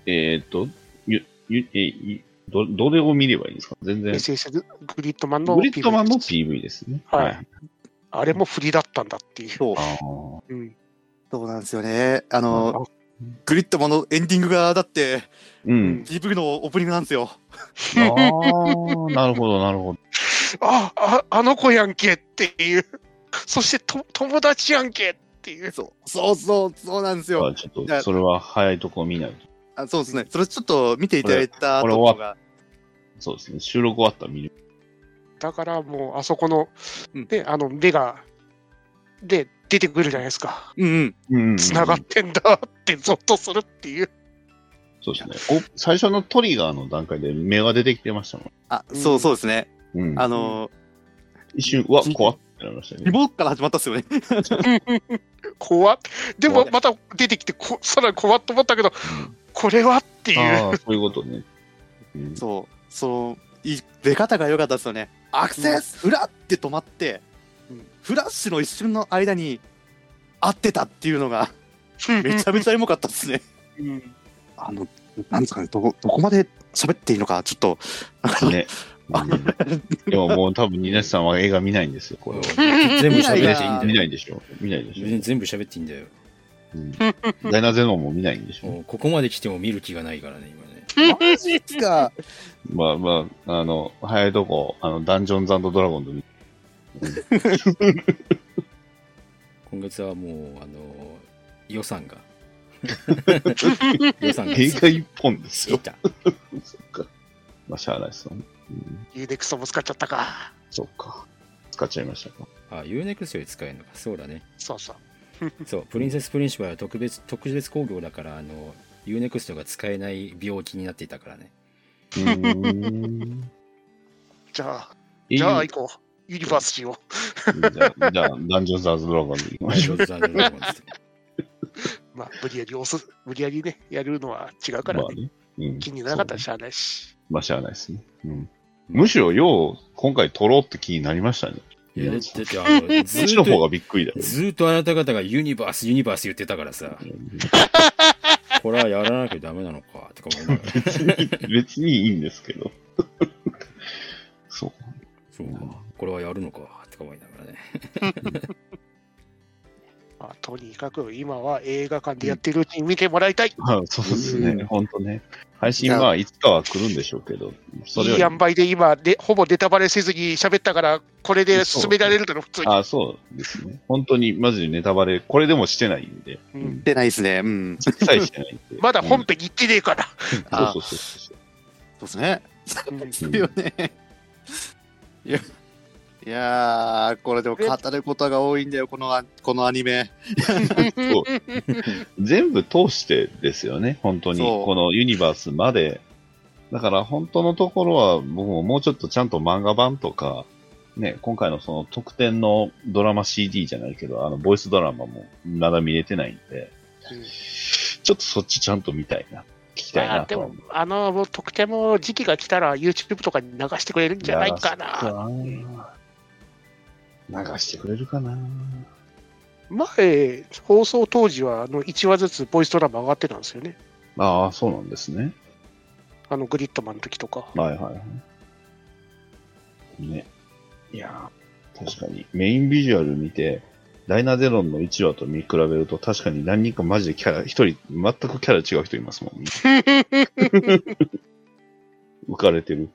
ー、えっ、と、ゆ、ゆ、え、ゆど、どれを見ればいいんですか全然。
SS グリッドマンの
グリッドマンの
PV
PV ですね。
はいあれも振りだったんだっていう、
そう
あ。ー
うん、
そうなんですよね。あの、グリッドマンのエンディングが、だって、
うん。
DV のオープニングなんですよ。
ああ、なるほど、なるほど。
あああの子やんけっていうそしてと友達やんけっていう
そう、そうそう、そうなんです
ま
よ。
あちょっと、それは早いとこ見ないと。
あそうですね。それちょっと見ていただいた
これ
ところが、
そうですね。収録終わったら見る。
だからもうあそこの、
うん
ねあの目がで出てくるじゃないですか
うんうん。
うん
つながってんだってゾッとするっていう
そうですね。お最初のトリガーの段階で目が出てきてましたも
あ、そうそうですね。
ん。うん。
あの、
一瞬、うわ、怖ってなりました
リ
ね。
ボーから始まったっすよね。
怖っで
怖
も
い
また出てきてこさらに怖っと思ったけどこれはっていう
ああ、そういうことね。うん
そう、そう、い出方が良かったですよね。アクセス、フラって止まって、フラッシュの一瞬の間に合ってたっていうの (laughs) が、めちゃめちゃエモかったですね。
うん
あの、なんですかね、どこ、どこまで喋っていいのか、ちょっと、
ね。うんでももう多分、ニナシさんは映画見ないんですよ、これを。
全部喋っていいんだ
見
よ。
ないでしょ見ないでし
全全部喋っていいんだよ。
ょダイナゼノンも見ないんでしょ
もうここまで来ても見る気がないからね、今ね。
マジっすか。
まあまあ、あの、早いとこ、あの、ダンジョンズドラゴンで見
今月はもう、あの、予算 (laughs) が。予算が
映
尽
画一本です
き
よ。
た。
そっか。まあ、しゃあないですよね。うん
ユーネクストも使っちゃったか
そっか。使っちゃいましたか。
あ、UNEX より使えるのか。そうだね。
そうそう
そう、プリンセス・プリンシパルは特別、特別工業だから、あの、UNEXT が使えない病気になっていたからね。
うーん。
じゃあ
いい
じゃあ行こうユニバースしよ
じゃあ、じゃあダンジョンズドラゴンで行きましょ
上
う。
手だねドラゴンズって
うまあ無理やり押す無理やりねやるのは違うから
ま
ね
あね。うん
気にならなかったらしゃあないし
まあ、しゃあないですね。うん。むしろ、よう、今回撮ろうって気になりましたね。
いや、だって、あの、ず
(laughs) そっちの
ーっ
方
と、
がびっくりだよ。
ずーっとあなた方がユニバース、ユニバース言ってたからさ、これはやらなきゃダメなのか、とか思いながら。
別に、別にいいんですけど。 (laughs) そう。
そうか、これはやるのか、とか思いながらね。
まあ、とにかく今は映画館でやってるうちに見てもらいたい、
まあ、そうです
う
ね。
ん
本当ね。配信はいつかは来るんでしょうけど、それ
い
よ
い
り
塩。梅で今でほぼネタバレせずに喋ったからこれで進められるだろ普通に
あそうですね。本当に、マジでネタバレ、これでもしてないんで、
うん
うん
出ないですね。うん。
一切してないんで。
(laughs) まだ本
うん
編に行ってねえから、
あ
そうそうそう
そうですね。
(laughs) うん
そう。
よね。いや、いやー、これでも語ることが多いんだよ、このあ、このアニメ。
そう全部通してですよね、本当に。
そう
このユニバースまで。だから本当のところは、僕ももうちょっとちゃんと漫画版とか、ね、今回のその特典のドラマ CD じゃないけど、あの、ボイスドラマもまだ見れてないんで、
うん
ちょっとそっちちゃんと見たいな。聞きたい
まあ
な
で
とは
も
思う。、
あの、もう特典も時期が来たら YouTube とかに流してくれるんじゃないかな。
いやー流してくれるかな。
前、放送当時はあの1話ずつボイスドラマ上がってたんですよね。
ああ、そうなんですね。
あの、グリッドマンの時
(laughs)
とか。
はいはいはい。ね。いやー確かに。メインビジュアル見て、ダイナゼロンの1話と見比べると、確かに何人かマジでキャラ、一人、全くキャラ違う人いますもん。浮かれてる。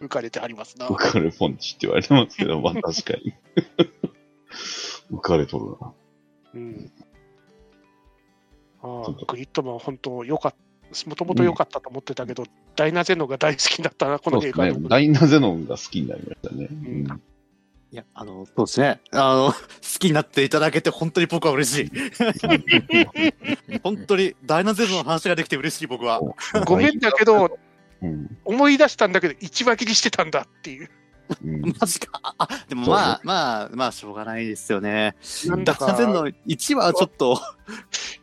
浮かれてありますな。
浮かれポンチって言われてますけど、まあ確かに。 (laughs) 浮かれとるな。
うん。ああ、グリッドマン、本当良かった。もともと良かったと思ってたけど、ダイナゼノが大好きだったな、こ
そ
の
うで
映
す
画
ね
の。。
ダイナゼノンが好きになりましたね。うん
いや、あの、そうですね。あの、 (laughs) 好きになっていただけて、本当に僕は嬉しい。本当に、ダイナゼルの話ができて嬉しい、僕は。
ごめんだけど、
うん。
思い出したんだけど、一話切りしてたんだっていう。
うん
マジか。あ、でもまあ、まあ、まあ、しょうがないですよね。
なん
ダ
だ
イナゼル
か、
の1話はちょっと、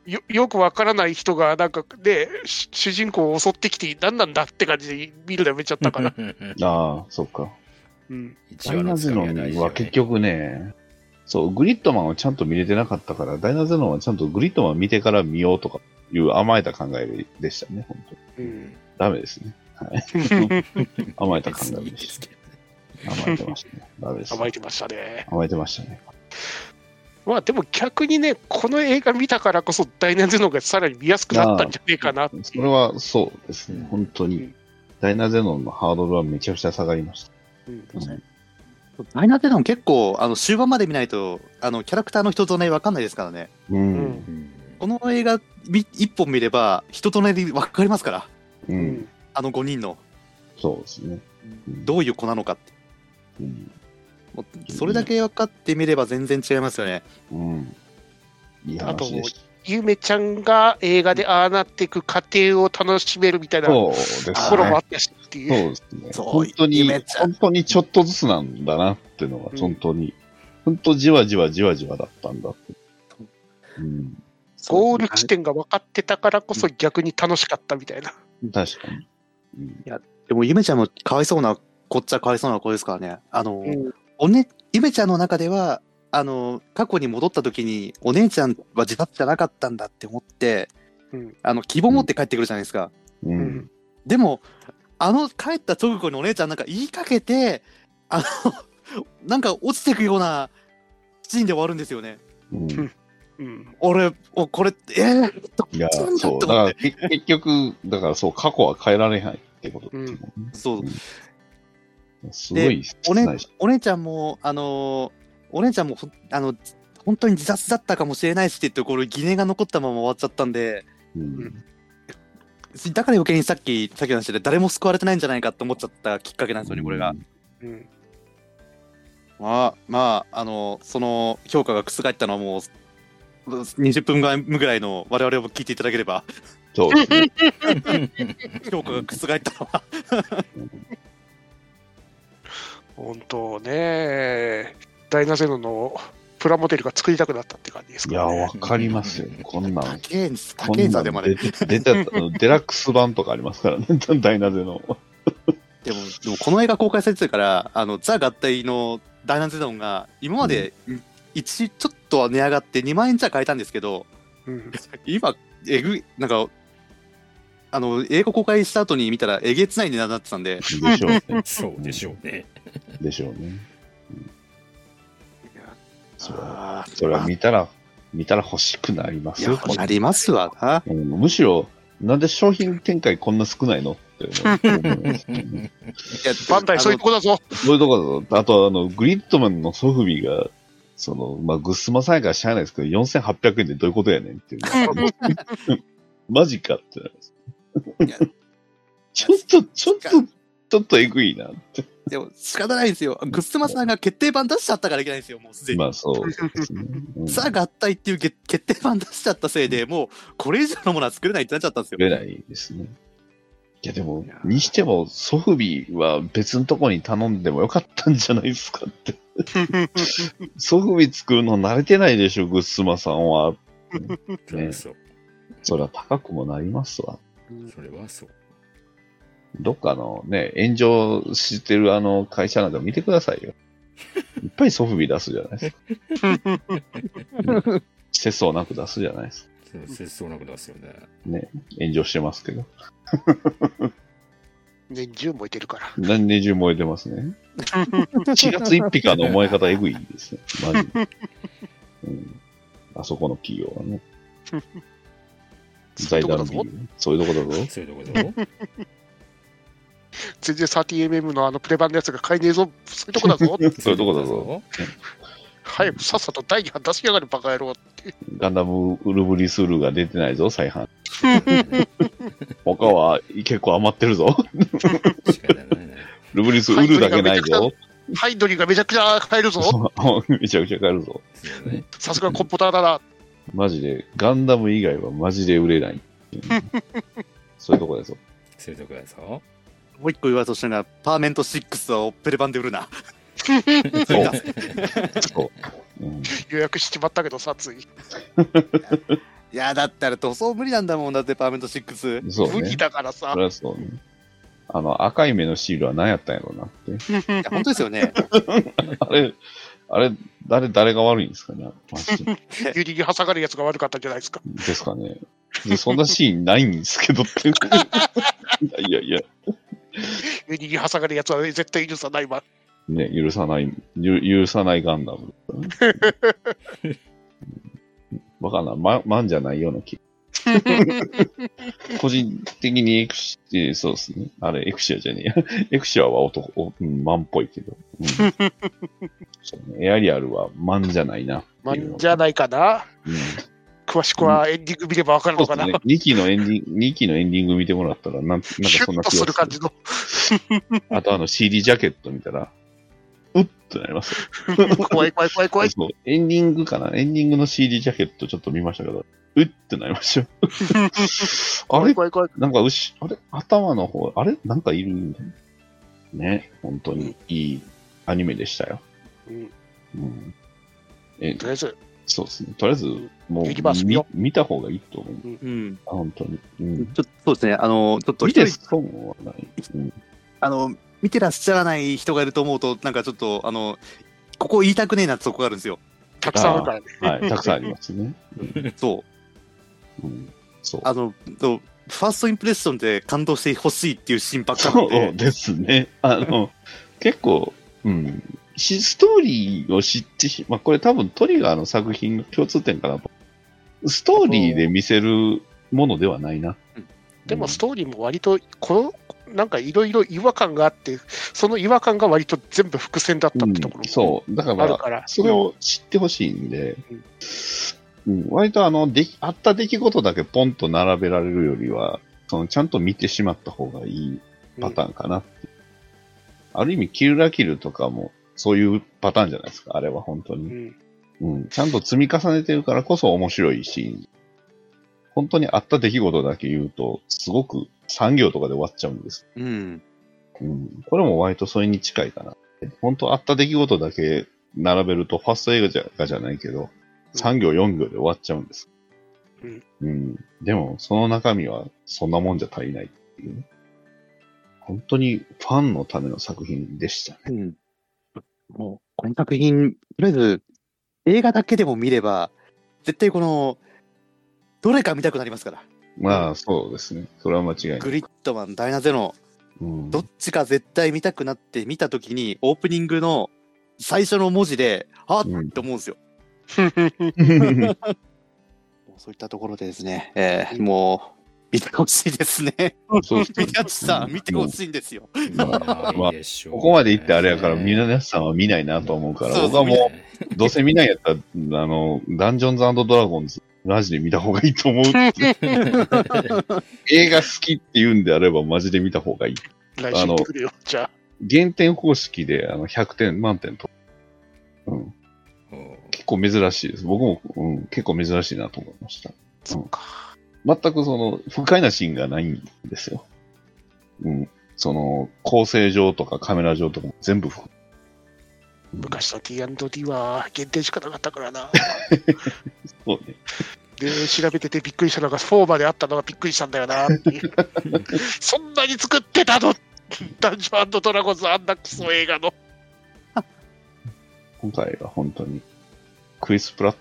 よよくわからない人が、なんかね、し主人公を襲ってきて、何なんだって感じで見るのやめちゃったから。
ああ、そうか。
うん。
ダイナゼノンは結局ね、そう、グリッドマンはちゃんと見れてなかったから、ダイナゼノンはちゃんとグリッドマン見てから見ようとかいう甘えた考えでしたね、本当に。
うん、
ダメですね。 (laughs) はい、甘えた考えでし
う
た。甘えてましたね。ダメです。
甘えてましたね。
甘えてましたね。
まあでも逆にね、この映画見たからこそ、ダイナゼノがさらに見やすくなったんじゃねえかなっていう。
それはそうですね、本当
う
に
ん。
ダイナゼノンのハードルはめちゃくちゃ下がりました。
うん
うん
ダイナゼルの結構、あの、終盤まで見ないと、あの、キャラクターの人とね、わかんないですからね。
うん。
この映画、み一本見れば、人とね、わかりますから。
う。
うんん
あの5人の、
そうですね。うん
どういう子なのかって。
うん
もうそれだけ分かってみれば全然違いますよね。
うん。いい
あと
話でした。
ゆめちゃんが映画でああなっていく過程を楽しめるみたいな
そ
と
うですね。
ころもあったしって
そう
いう。
ですね。
そう
本当に
夢ち、ゃん
本当にちょっとずつなんだなっていうのが、
うん
本当に、本当じわじわじわじわだったんだって。うん、
ゴール地点が分かってたからこそ逆に楽しかったみたいな。
確かに。うん
でも、ゆめちゃんもかわいそうな、こっちはかわいそうな子ですからね。あの、
うん
おね、ゆめちゃんの中では、あの、過去に戻った時に、お姉ちゃんは自殺じゃなかったんだって思って、
うん
あの、希望を持って帰ってくるじゃないですか。
う
うんん。
でも、あの、帰った直後にお姉ちゃんなんか言いかけて、あの、 (laughs) なんか落ちていくようなシーンで終わるんですよね。
うん
うん
俺、おこれ、えー、どっ
い
ちな
や
んだ、って
そう。
思っ
だ
て
から、け (laughs) 結局、だからそう、過去は変えられないってことですもんね。
そう
すごい切
お
ない
ね
し、
お姉ちゃんも、あのーお姉ちゃんもほん、あの、本当に自殺だったかもしれないしっていうところ、疑念が残ったまま終わっちゃったんで、
うん
だから余計にさっき、さっきの話で、誰も救われてないんじゃないかって思っちゃったきっかけなんですよね、これが。。
うん
まあ、まあ、あの、その評価が覆ったのはもう、20分ぐらいの我々も聞いていただければ、
そうですね。
評価が覆ったのは、
本当ね。ダイナゼノのプラモデルが作りたくなったって感じです
い
か
や、わ
ね。
かりますよ。こんなん
高。えんす、
こ
高え
んな
んさ
ん
でも
出
ね。 (laughs)
て出てたあのデラックス版とかありますからね。 (laughs) ダイナ
(laughs)
ゼの。
でも、でもこの映画公開されてから、あの、ザ合体のダイナゼノンが、今まで一、ちょっとは値上がって2万円じゃ買えたんですけど、
うん
今、えぐい、なんか、あの、映画公開した後に見たら、えげつない値段になってたんで、
でしょうね。
(laughs) そうでしょうね。
でしょうね。うん
いや
それは、
あー
それは見たら、見たら欲しくなりま
い
す
や
よ。
なりますわな。
うんむしろ、なんで商品展開こんな少ないのって思う思います
(laughs)
ね
いや
バンダイ、そういうとこだぞ。
そういうところだと、あと、あの、グリッドマンのソフビが、その、まあ、グッスマさんやから知らないですけど、4800円でどういうことやねんっ
(laughs)
ていう。マジかってなります
いや。
(laughs) ちょっと、ちょっと、ちょっとえぐいなって。
でも仕方ないですよ。グッズマさんが決定版出しちゃったからいけないんですよ、もうすでに。
まあ、そうですね。うん
さあ合体っていう決決定版出しちゃったせいで、もうこれ以上のものは作れないってなっちゃったんですよ。
れないですね。いやでも、にしても、ソフビは別のとこに頼んでもよかったんじゃないですかって。 (laughs) ソフビ作るの慣れてないでしょ、グッスマさんは。
それはそう。
そりゃ高くもなりますわ。
それはそう。
どっかのね、炎上してるあの会社なんか見てください (laughs) よ。いっぱいソフビ出すじゃないですか。せそうなく出すじゃないですか。
そう切相なく出すよね。
炎上してますけど。
年中燃えてるから。
何年中燃えてます (laughs) ね。4月1日からの燃え方えぐいですね。マジで。うん、あそこの企業はね。財団ビルね。そういうとこだぞ。
そういうと
(laughs)
こだろ
全然 30mm のあのプレバンのやつが買えねえぞ。そういうとこだぞ。
そういうとこだぞ。
早くさっさと第2版出しやがるバカ野郎
ガンダムウルブリスールが出てないぞ、再
(laughs)
販。他は結構余ってるぞ。
仕方ないな。
ウルブリスウルだけないぞ。
ハイドリーがめちゃくちゃ買えるぞ
そう (laughs) めちゃくちゃ買えるぞ。
そうね
さすがコンポターだな
マジで、ガンダム以外はマジで売れない。そういうとこ
(laughs)
ですよ。
そういうとこやぞ。
もう一個言わずとしたのは、パーメント6をペレ版で売るな。
そう。そう。うん、
予約しちまったけどさつい
(laughs) いや、だったら塗装無理なんだもんだって、パーメント6。
そう
無
ね
理。だからさ
それはそうね。あの、赤い目のシールは何やったんやろうなって。
いや、本当ですよね。
あれ、あれ、誰、誰が悪いんですかねマジで。
ユリに挟まるやつが悪かったんじゃないですか
ですかね。でそんなシーンないんですけどって。いやいやいや、
ユリに挟まるやつは絶対許さないわ
ね、許さない、ゆ許さないガンダム。バカな、ま、マンじゃないような
(laughs)
気。個人的にエクシ、えーそうですね。あれ、エクシアじゃねえや。エクシアは男、おうんマンっぽいけど。うんそうねエアリアルはマンじゃないなって
まあ
いうの
じゃないかな
うん
詳しくはエンディング見ればわかる
そ
の
うで
かな
すね。2期のエンディング、二期のエンディング見てもらったら、なんなんか
シュ
そん
ッ
な
と
気
す
が
る感
す
じ
る。 (laughs)
の
あとあの CD ジャケット見たら、うっってなりますよ。
怖い怖い怖い怖い
そうエンディングかなエンディングの CD ジャケットちょっと見ましたけど、うってなりま
(laughs)
したよ。あ
怖い
れ
怖い怖い
なんかうし、あれ頭の方、あれなんかいるんだよね。本当にいいアニメでしたよ。
うん
うんえ
とりあえず
そうですね。とりあえず、もう
行きます
見
よ
見た方がいいと思う。
(laughs) うん。
あ本当に。う
ちょっ
ん、
と、そうですね。あの、ちょっと
見
一
て
人、
損はない。うん
あの、見てらっしゃらない人がいると思うと、なんかちょっと、あの、ここ言いたくねえなってとこがあるんですよ。
たくさんあるからね
はい、たくさんありますね。
そう。
うん、そう。
あの、そうファーストインプレッションで感動してほしいっていう心拍感
そ
で
う、ですね。あの、結構、うん、しストーリーを知ってし、まあ、これ多分トリガーの作品の共通点かなと。ストーリーで見せるものではないな。
でもストーリーも割とこのなんかいろいろ違和感があってその違和感が割と全部伏線だった
う
っ
ん
てところも
そう。だか
ある
ら、
から
それを知ってほしいんで
うん、
うん、割とあの、でき、あった出来事だけポンと並べられるよりは、その、ちゃんと見てしまった方がいいパターンかなってある意味、キルラキルとかも、そういうパターンじゃないですか、あれは本当
う
に。
ん
うん。ちゃんと積み重ねてるからこそ面白いし、本当にあった出来事だけ言うと、すごく産業とかで終わっちゃうんです
うん。
うん、これも割とそれに近いかな。本当あった出来事だけ並べると、ファスト映画じゃがじゃないけど、3行4行で終わっちゃうんです。
うん。
でも、その中身はそんなもんじゃ足りないっていうね。本当にファンのための作品でしたね。
うん。もう、この作品、とりあえず、映画だけでも見れば、絶対この、どれか見たくなりますから。
まあ、そうですね。それは間違いない。
グリッドマン、ダイナゼノン、
うん、
どっちか絶対見たくなって見たときに、オープニングの最初の文字で、あっ
うん
って思うんですよ。もうそういったところでですね、えーもう、見てほしいです
(laughs)
ね。
そうですね
宮地さん、見てほしいんですよ。
まあまあ
いいでしょう
ここまで言ってあれやから、
ね
皆さんは見ないなと思うから、
そう
僕はもう、どうせ見ないやったら、あの、ダンジョンズドラゴンズ、マジで見た方がいいと思う。映画好きって言うんであれば、マジで見た方がいい。
(laughs) 来週行ってくるよじゃ
減点方式であの100点満点と。うん、
おう
結構珍しいです。僕も、うん、結構珍しいなと思いました。うん
か
全くその、不快なシーンがないんですよ。うん。その、構成上とかカメラ上とかも全部不
あ昔の T&D は限定しかなかったからな
そうね。
で調べててびっくりしたのが4まであったのがびっくりしたんだよ
(laughs)
なっていうそんなに作ってたのダンジョンドラゴンズあんなクソ映画の
今回は本当に、クリス・プラっ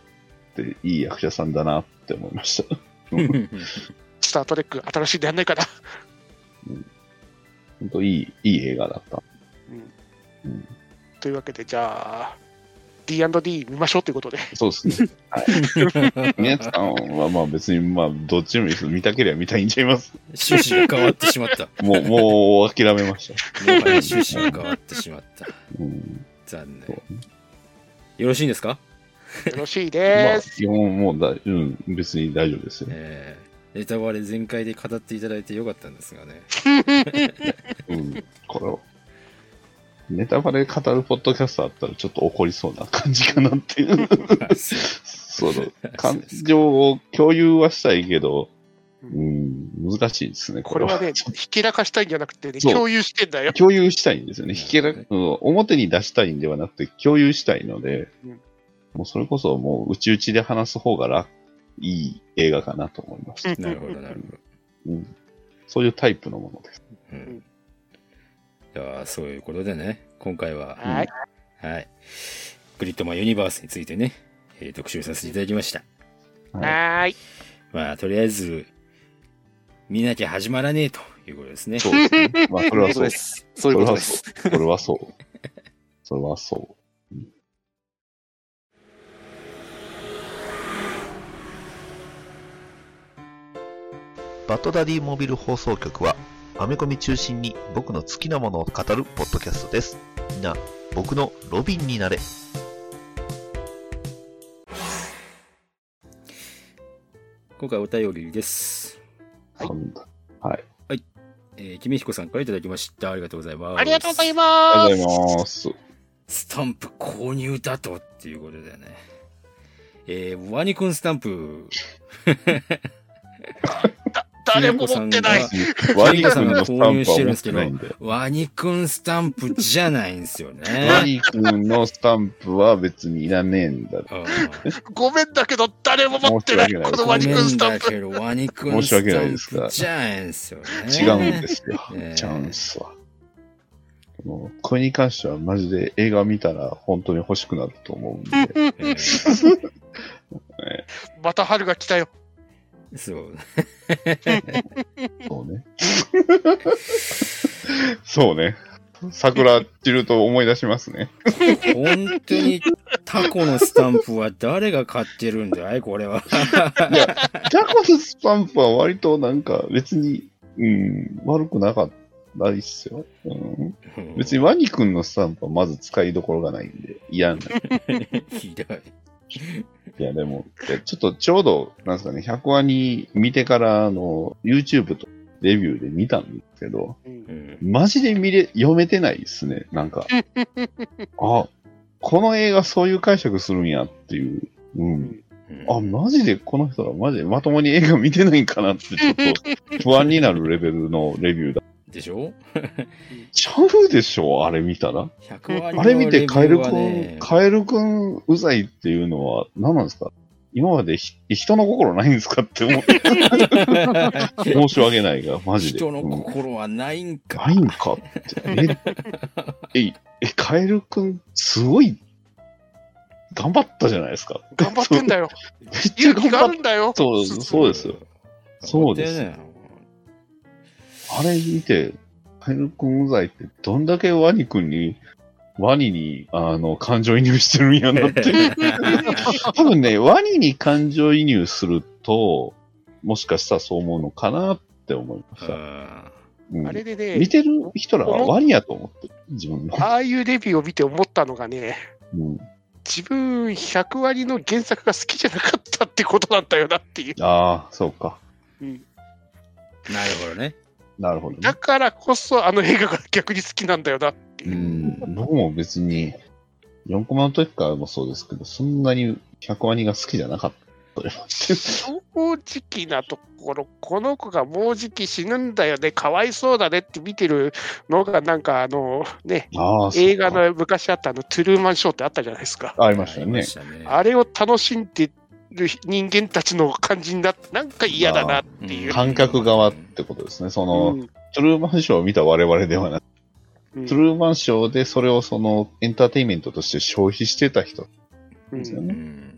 ていい役者さんだなって思いました。
スタートレック新しいのやんないかな
本当いい、いい映画だった。
というわけでじゃあ D&D 見ましょうということで
そう (laughs) ですね。はい。宮地さんはまあ別にまあどっちでもいいです。見たければ見たいんちゃいます。
(laughs) 趣旨が変わってしまった。
も
も
う、もう諦めました。
はや趣旨が変わってしまった。
うん。
残念。
そう
いよろしいんですか、
よろしい
ま
で
あ、
す。
基本もうだ、うん、別に大丈夫ですよ。
えー、ネタバレ全開で語っていただいてよかったんですが
(laughs)
ね。
うん、これを。ネタバレ語るポッドキャストあったらちょっと怒りそうな感じかなって (laughs) いう。その、感情を共有はしたいけど、うん、難しいですね、
こ
これ
れ
は。
はね、ひけらかしたいんじゃなくてね、
そう
共有してんだよ。
(laughs) 共有したいんですよね。ひけら、うん、表に出したいんではなくて、共有したいので、
うん
もうそれこそもう、内々で話す方が楽いい映画かなと思いました。
なるほど、なるほど。
うん、そういうタイプのもの
(laughs)
です。
うん。じゃあ、そういうことでね、今回は、
はい。
はい。グリッドマンユニバースについてね、えー特集させていただきました。
うん
はーい。
まあ、とりあえず、見なきゃ始まらねえということですね。
そうですね。まあ、それ
そ
はそ
ういうこと
う
で。す。そういうことです。
それはそう。それはそう。
バッドダディモビル放送局は、アメコミ中心に僕の好きなものを語るポッドキャストです。みんな、僕のロビンになれ。
今回お便りです。
はい
うんはい。
えー、君彦さんからいただきました。ありがとうございます。
ありがとうござい
あ
ま
り
す
がと。うございます。
スタンプ購入だとっていうことだよね。えー、ワニくんスタンプ。
誰も持ってない。
ワニ君のスタンプは持ってないんで。
ワニくんスタンプじゃないんですよ
ワ
ね。
ニ君のスタンプは別にいらねえんだ。
うん
ごめんだけど、誰も持ってない。
申し訳ない
このワニくんスタンプ。
ごめんだけどワニくん
申
ス
し訳
タ
ない
ン
です
プ
が
じゃないんですよね。
違うんですよ
ね。え
(laughs) チャンスは。もうこれに関してはマジで映画見たら本当に欲しくなると思うんで。
えー
また春が来たよ。
そう。
そうね。 (laughs) そうね。桜散ると思い出します (laughs) ね。
本当にタコのスタンプは誰が買ってるんだいこれは。
ジャコのスタンプは割となんか別に、うん、悪くなかったっすよ。うん、別にワニ君のスタンプはまず使いどころがないんで、嫌な。
ひどい。
いや、でも、いやちょっとちょうど、なんですかね、100話に見てから、あの、YouTube とレビューで見たんですけど、
うん
マジで見れ、読めてないですね、なんか。あ、この映画そういう解釈するんやっていう。うん。あ、マジでこの人らマジでまともに映画見てないんかなって、ちょっと不安になるレベルのレビューだ。
でしょ
ちゃうでしょ、あれ見たら。
100割
あれ見て
の
カエ
レビ
ル
ュー
く
は
ん、
ね
カエルくんうざいっていうのは何なんですか今までひ人の心ないんですかって思
(laughs)
って。申し訳ないが、マジで。
人の
うん
心はないんか。
ないんかって。え、え、えカエルくん、すごい、頑張ったじゃないですか。
(laughs) 頑張ってんだ
(laughs)
よ。
めっちゃ
勇
頑
気があ
張っ
るんだよ
た。。そうそうですよ。。そうです
ね。
あれ見て、カエルくんうざいって、どんだけワニくんに、ワニに、あの、感情移入してるんやなっていう。 (laughs) 多分ね、ワニに感情移入すると、もしかしたらそう思うのかなって思いました。うん
あれで
見
ね、
てる人らはワニやと思ってる、自分の。
ああいうレビューを見て思ったのがね、
うん、
自分100割の原作が好きじゃなかったってことなんだよなっていう。
ああ、そうか。
なるほどね。
なるほど
だ
ね。
からこそあの映画が逆に好きなんだよなって
う
いう。
ん、僕も別に、4コマの時からもそうですけど、そんなに100ワニが好きじゃなかったよ。
正直なところ、この子がもうじき死ぬんだよね、かわいそうだねって見てるのが、なんかあのね、
ああ、そうか
映画。の昔あったあのトゥルーマンショーってあったじゃないですか。
ありましたよね。
あれを楽しんでる人間たちの感じになって、なんか嫌だなっていう。
観客側ってことですね。その、
うん
トゥルーマンショーを見た我々ではなく、
うん
トゥルーマンショーでそれをそのエンターテインメントとして消費してた人ですよ
うん
ね。
うん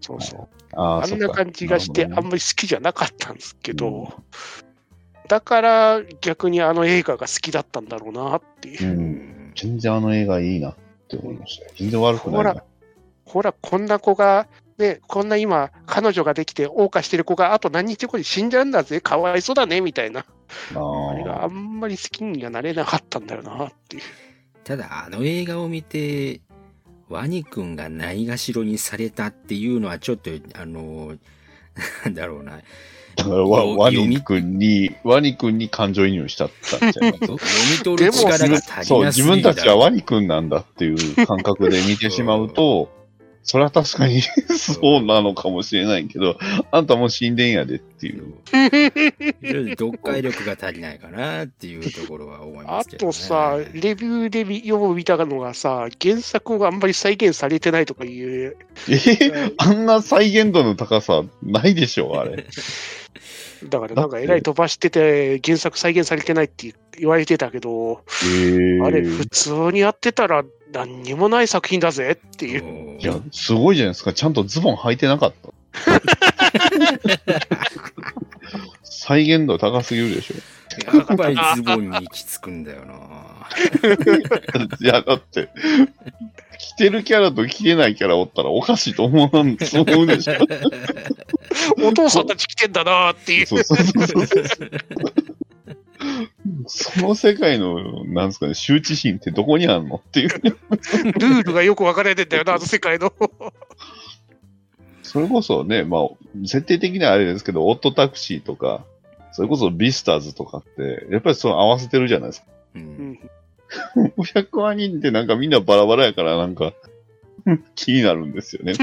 そうそう
あ
あ
ーそ
ん
っ
な
か
感じがして、あん
な
ま
る
り好きじゃなかったんですけ
うん
ど、だから逆にあの映画が好きだったんだろうなっていう
ほ。どねうん、全然あの映画いいなって思いました。全然悪くない
ほ
な。
らほら、こんな子が、ね、こんな今、彼女ができて、謳歌してる子があと何日後に死んじゃうんだぜ、かわいそうだね、みたいな。
あ
あれ
ー
があんまり好きにはなれなかったんだよな、っていう。
ただ、あの映画を見て、ワニくんがないがしろにされたっていうのはちょっと、あの、 (laughs) なんだろう (laughs) な。
だからワワニ君に、ワニ君に感情移入しちゃったんじゃな
(laughs)
い
読み取る力が足
そ
り
う、
な
自
す
分
ぎるだろ
たちはワニ君なんだっていう感覚で見てしまうと、それは確かに (laughs) そうなのかもしれないけど、あんたもう死んでんやでっていう。
うん読解力が足りないかなっていうところは思いま
あ
すけど、ね。
とさ、レビューで見よう見たのがさ、原作があんまり再現されてないとかいう、
えあんな再現度の高さないでしょ、あ
(laughs)
れ。
だからなんかえらい飛ばしてて、原作再現されてないって言われてたけど、あれ、普通にやってたら何にもない作品だぜっていう。
うん
いや、すごいじゃないですか。ちゃんとズボン履いてなかった。再現度高すぎるでしょ。
やっぱりズボンに行き着くんだよな。 (laughs)
いや、だって、着てるキャラと着てないキャラおったらおかしいと思わん、そう思う
(laughs)
でしょ。
お父さんたち来てんだなーっていう。
そうそうそうそうそう。その世界の、なんですかね、羞恥心ってどこにあんのっていう、
ルールがよく分かれてんだよな、あの世界の。
それこそね、まあ、設定的にはあれですけど、オットタクシーとか、それこそビスターズとかって、やっぱりその合わせてるじゃないですか。
うん
500万人ってなんかみんなバラバラやから、なんか、気になるんですよね。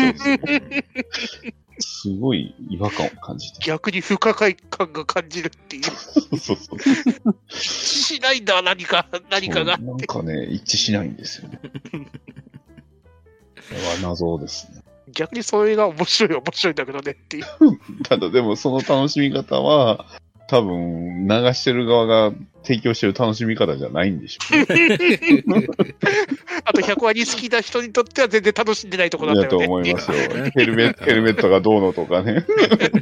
すごい違和感を感じた。
逆に不可解感が感じるっていう。
そうそうそう。
しないんだ、何か、何かが。
なんかね、一致しないんですよね。これは謎ですね。
逆にそれが面白い、面白いんだけどねっていう。
ただでもその楽しみ方は、多分流してる側が提供してる楽しみ方じゃないんでしょうね。
あと、100割好きな人にとっては全然楽しんでないとこなんだ
だと
よね。
思いますよ
ね。
ヘルメット、ヘルメットがどうのとかね。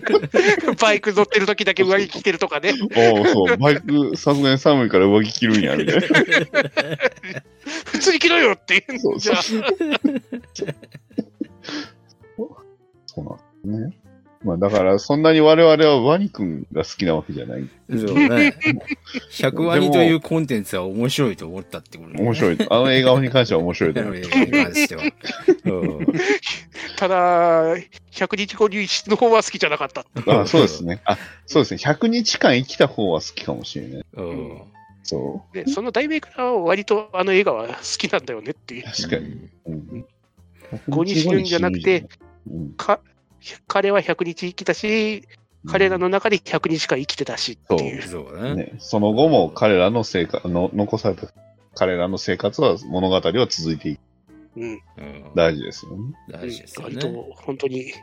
(laughs) バイク乗ってる時だけ上着着てるとかね。
おうそう、バイク、さすがに寒いから上着着るんや、みたいな。
普通に着ろよっていう。
そう
(laughs) じゃあ、
そうなんですね。まあだから、そんなに我々はワニ君が好きなわけじゃない。
そうね。100ワニというコンテンツは面白いと思ったってことね。
面
い。
白い。あの映画に関しては面白いと思う。
(laughs) 映画に関しては。うん
ただ、100日後にの方は好きじゃなかった。
あそうですね。あ、そうですね。100日間生きた方は好きかもしれない。
うん。
そ (laughs)
で、その題名から割とあの映画は好きなんだよねっていう
う。。確かに。うん。
五人死ぬんじゃなくて
うん、
か彼は100日生きたし、彼らの中で100日間生きてたしっていう。
そう
うん、
ね。
ね、その後も彼らの生活の、残された彼らの生活は、物語は続いていく。
うん、
うん
大事ですよね。
大事ですよ
割
ね。
と本当に、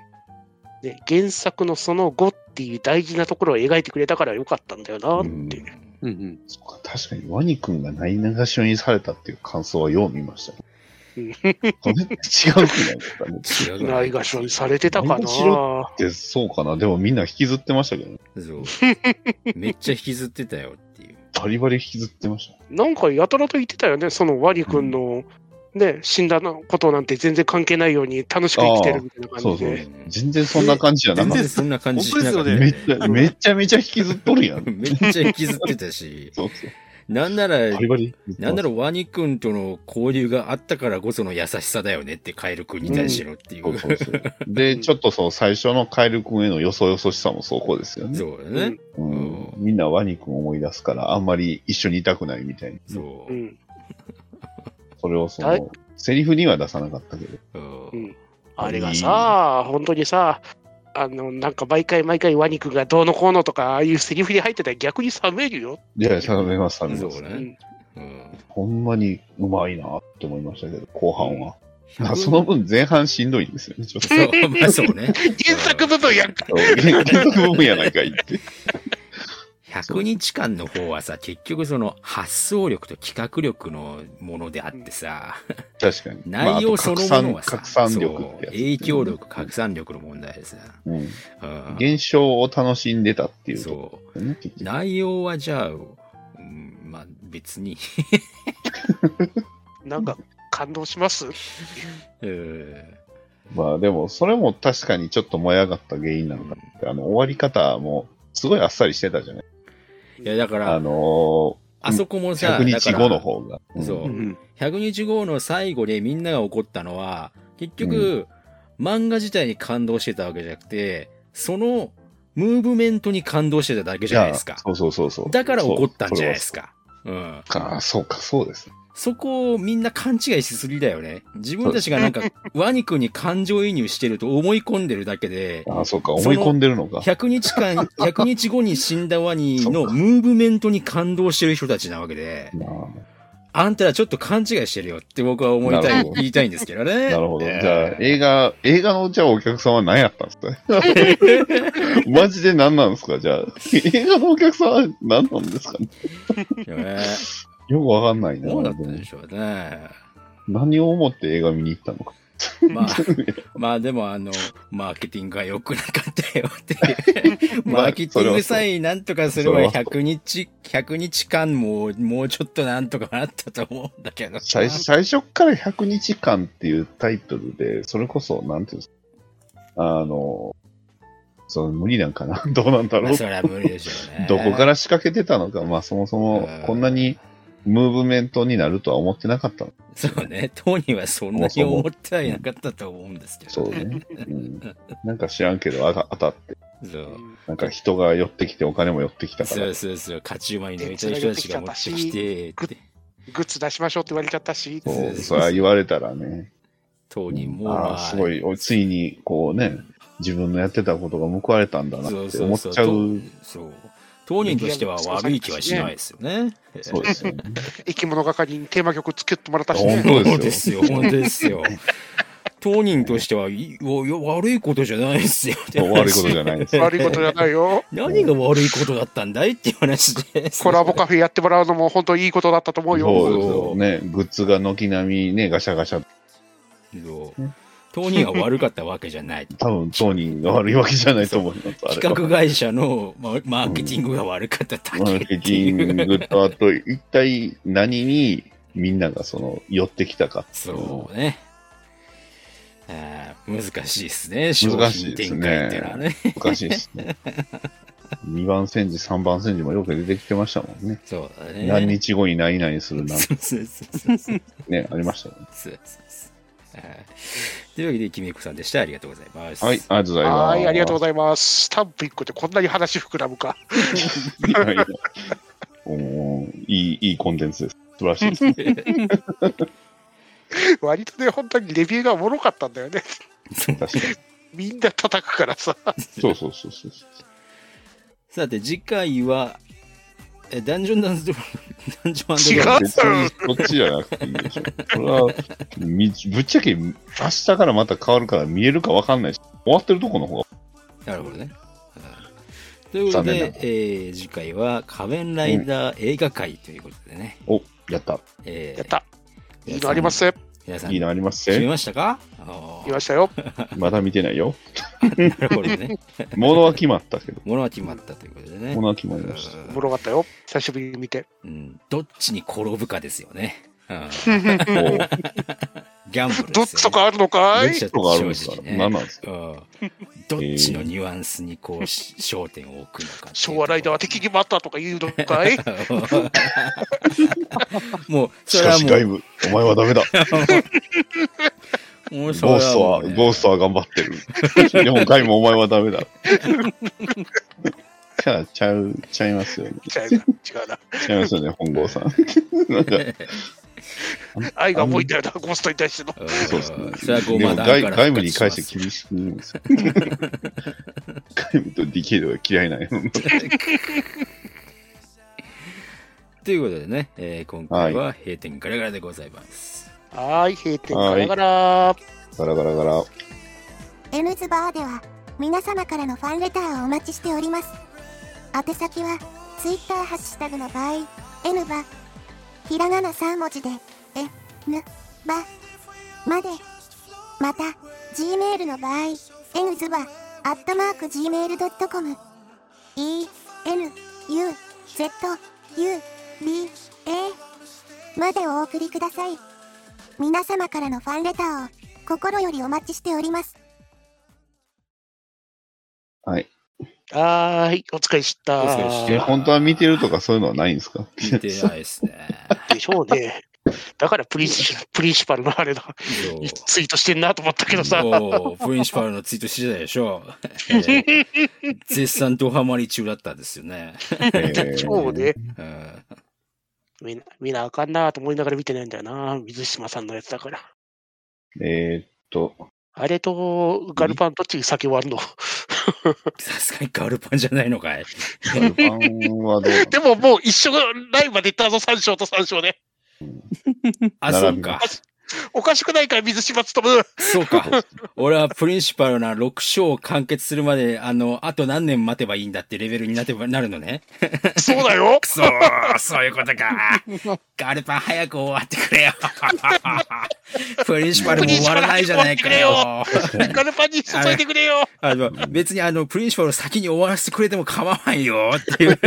ね、原作のその後っていう大事なところを描いてくれたからよかったんだよなって。
うんうん、
そっか確かに、ワニ君がないながしろにされたっていう感想はよう見ましたね。これ違うくないですかね。
違う
ないがしろにされてたか
ない
な
がしろ
(laughs)
で、そうかな。でもみんな引きずってましたけど、ね、
そう。めっちゃ引きずってたよっていう。
バリバリ引きずってましたね。
なんかやたらと言ってたよね、そのワニ君の、ね、死んだのことなんて全然関係ないように楽しく生きてるみたいな感じで。
そうそう。 (laughs) 全然そんな感じじゃなか
全
った
然。そんな感じしなか
本当
った
め
で
っちゃ、めちゃめちゃ引きずっとるやん。
(laughs) めっちゃ引きずってたし、
そうそう。
なんなら、
バリバリ。
なんだ
ろ
ろう、ワニ君との交流があったからこその優しさだよねって、カエル君に対してのっていう。
そうそうそう。で、ちょっとその最初のカエル君へのよそよそしさもそこですよね。
そうだね。
うん。みんなワニ君を思い出すから、あんまり一緒にいたくないみたいな。
そう
う。ん、
それをそ
はい
の、セリフには出さなかったけど。
うん
あれがさ、本当にさ、あのなんか毎回毎回ワニ君がどうのこうのとか、ああいうセリフに入ってたら逆に冷めるよ。
いや、冷めます、冷め
そう
ます。
ね。うん。
ほんまにうまいなって思いましたけど、後半は。まあ (laughs)
100
その分前半しんどいんですよね、ちょっと。
そう、まあそうね。
原作部分やんか。
原作部分やないかい
(laughs)
って。
100日間の方はさ、結局その発想力と企画力のものであってさ、
確かに。
内容そのものはさ、
まああと拡散拡散力
そう
ってやつ
影響力、拡散力の問題でさ、
うん。
うん
現象を楽しんでたっていうとこ
そ
ろね、結
う。
局
内容はじゃあ、うんまあ
(laughs)
別に、
なんか感動します
うん
まあでも、それも確かにちょっと燃え上がった原因なのかなあの、終わり方も、すごいあっさりしてたじゃない
いや、だか
あ
ら、
の
あそこもさ、
100日後の
だか
方が。
ら。そうう。
ん
100日後の最後でみんなが怒ったのは、結局、漫画自体に感動してたわけじゃなくて、そのムーブメントに感動してただけじゃないです
い
か
や。そうそうそうそう。
だから怒ったんじゃないですか。う
そう。
ん。
それはそうか、そうか、そうです。
そこをみんな勘違いしすぎだよね。自分たち
(laughs)
がなんか、ワニ君に感情移入してると思い込んでるだけで、
ああ、そうか、思い込んでるのか。
100日間、100
(laughs)
日後に死んだワニのムーブメントに感動してる人たちなわけで、
な
あんたらちょっと勘違いしてるよって僕は思い
な
た
るほ、
い
ど
言いたいんですけどね。
あなるほど。じ
え
ゃ
ー
あ、映画、映画のじゃあお客さんは何やったんですかね
(laughs)
マジで何なんですかじゃあ、映画のお客さんは何なんですかね
ね
よくわかんないな。
(laughs) どうだったんでしょうね。
何を思って映画見に行ったのか。
ま
(laughs)
あ、まあでもあの、マーケティングが良くなかったよって
(laughs)
いう。マーケティングさえなんとかすれば
それは
100日、100日間ももうちょっとなんとかなったと思うんだけど。
最最初から100日間っていうタイトルで、それこそ、なんていうんですか、あの、その無理なんかなどうなんだろ
まあ
う
それは無理でしょうね。
どこから仕掛けてたのか、まあそもそも
うん
こんなにムーブメントになるとは思ってなかったの。
そうね。当人はそんなに思ってはいなかったと思うんですけど。
そうね。うん、なんか知らんけどあた当たって、
そう。
なんか人が寄ってきてお金も寄ってきたか
そ
ら
う、そうそう。勝ち馬に乗りたい人たちが持ってきて、って。
グッズ出しましょうって言われちゃったし、
そう
そう
それは言われたらね、
当人も、
あ
ま
あ
あ、
すごい、おついにこうね、自分のやってたことが報われたんだなって思っちゃう。
そう。当人としては悪い気はしないですよね。
そうですよね。
生き物係にテーマ曲作ってもらったし
本
ね
当。
そう
で
ですす
よ
よ。本当ですよ。当人としてはいおいや悪いことじゃないですよ。
悪いことじゃないです。
悪いことじゃない (laughs) よ。
何が悪いことだったんだいっていう話で。
コラボカフェやってもらうのも本当いいことだったと思うよ。
そうそうね、グッズが軒並みね、ガシャガシャ、
そう当人が悪かったわけじゃない。
多分当人が悪いわけじゃないと思います。あれは
企画会社のママーケティングが悪かっただ
マ
け
ーケテ
っていう。
ィングと、あと、一体何にみんながその寄ってきたかってい
そうね。あー難しいですね。商品展開っていうのはね。
おかしいですね。2番戦時、3番戦時もよく出てきてましたもんね。
そうだね。
何日後に何々するなんて
そうそうそうそうそう。
ね、ありましたよね。
そうそうそうはいというわけで、きみこさんでした。ありがとうございます。
はい、ありがとうございます。
はい、ありがとうご
ざ
ざいます。スタンプ1個でこんなに話膨らむか。 (laughs)
い (laughs) ます。いやいやおーいい、いいコンテンツです。素晴らしいです。
割とね、本当にレビューがおもろかったんだよね。 (laughs)
確かに。
みんな叩くからさ。
そうそうそうそう。
さて、次回は、えダンジョンダンスドラ (laughs) ダンジョン
違う
ダン
別にこっちじゃなくていいでしょ。それは、みぶっちゃけ、明日からまた変わるから見えるかわかんないし、終わってるとこの方が、
スなるほどね。うんということ
残念
で
な、
えー次回は仮面ライダー映画会ということでね。
お、やった。
えー
やった。いいのありますよ。
皆さん、
いい
皆
のあ
さん
ります
決め
ね。
ましたかあ
い
ー
ましたよ。
まだ見てないよ。
なるほどね。
ものは決まったけど。
物は決まったということでね
も。のは決まりました。
おもろかったよ。久しぶりに見て。
うん、どっちに転ぶかですよね。うん
おう
ギャンブル
ど
です
っ
よ、ね。
ちとかあるのか
どっ
い
ちだって
とかあるんです
正
か
直ね。
何なんですか
うんどっちのニュアンスにこうし焦点を置くのかっていうところ。
昭和ライダーは敵に回ったとか言うのかい
(laughs) もう、そ
し
れ
か
は
し
も
外部、お前はダメだ。
う、もうそれ
ゴーストは、
もうね
ゴーストは頑張ってる。でも外部お前はダ
(laughs)
メだ。じゃあ、ちゃう、ちゃいますよね。
違うな違うな。
ちゃいますよね、本郷
(laughs)
さん。なんか、
愛が重いんだよな、ゴーストに対しての。
うん
そうですね。
それはゴマだ
でも外
から
外部に関して厳しく言うんですよ。外部とディケイドが嫌いなんよ。
ということでね、えー今回は閉店ガラガラでございます。
はーい、閉店ガラガラ。
ガラガラガラ。
エムズバーでは皆様からのファンレターをお待ちしております宛先は Twitter ハッシュタグの場合 N バひらがな3文字で N バまでまた Gmail の場合 N ズバアットマーク Gmail.com E N U Z U B A までお送りください皆様からのファンレターを心よりお待ちしております
はい。
はーい、お疲れした。
お疲れし
え、
た
本当は見てるとかそういうのはないんですか
見てないですね。
でしょうね。だからプリシプリンシパルのあれだ、
(laughs) そう
ツイートしてんなと思ったけどさ、
おープリンシパルのツイートしてたでしょ。えー絶賛ドハマり中だったんですよね。
(laughs) そうね。
うん
みんな、みんなあかんなと思いながら見てないんだよな、水島さんのやつだから。
えーえーっと、
あれとガルパンどっちに酒割るの
さすがにガルパンじゃないのかい。
アルパンはどうなの
でももう一緒がライブまで行ったぞ、3章と3章で。
あ、そ
並
う
び
か
ま。
おかしくないから、水島つとむ。
そうか。俺はプリンシパルな6章を完結するまで、あの、あと何年待てばいいんだってレベルになってばなるのね。
そうだよ
く。そー、そういうことか。 (laughs) ガルパン早く終わってくれよ。 (laughs) プリンシパルも終わらないじゃないかよ。
ガルパンに注いでくれよ。
あの、別にあの、プリンシパルを先に終わらせてくれても構わんよって (laughs) いう。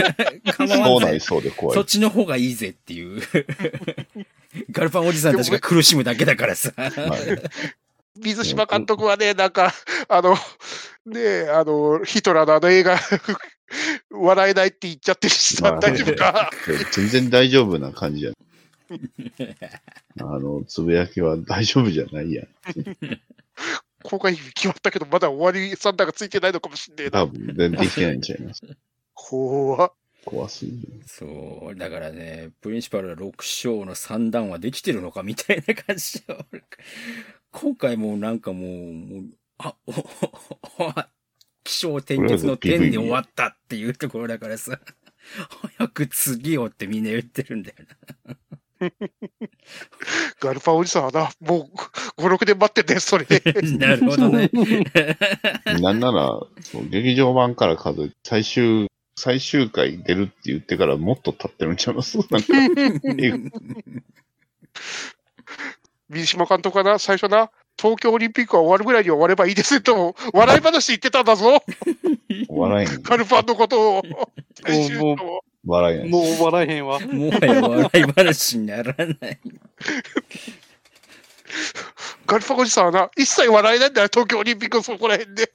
構
そ
わ
うんなり
ぜ。
そうで怖
そっ
い。
ちの方がいいぜっていう。 (laughs) ガルパンおじさんたちが苦しむだけだからさ。
はい
水島監督はね、なんか、あの、ねえ、あの、ヒトラーのあの映画、笑えないって言っちゃってるしさ、
まあ
大丈夫か
全然大丈夫な感じじゃない。あの、つぶやきは大丈夫じゃないや。
公開日決まったけど、まだ終わりサンダーがついてないのかもしんねえな。
多分、全然できてないんちゃいます。
怖っ
怖すぎる。
そう、だからね、プリンシパルは6章の3段はできてるのかみたいな感じで、俺今回もうなんかもう、もうあ、お、お、お、気象転結の点で終わったっていうところだからさ、早く次をってみんな言ってるんだよな。
ガルパンおじさんはな、もう5、6年待ってて、
(laughs)
それで。
なるほどね。
なんなら、そう劇場版から数えて、最終、最終回出るって言ってからもっと経ってるんちゃいます (laughs) なんか、
水島監督かな、最初な、東京オリンピックは終わるぐらいには終わればいいですねと、笑い話言ってたんだぞ、
笑えん。
ガルパンのことを。最終
もう
の
笑えん。
もう笑えへんわ。
もはや笑い話にならない。
(laughs) ガルパンおじさんはな、一切笑えないんだよ、東京オリンピックのそこら
(laughs)
辺で。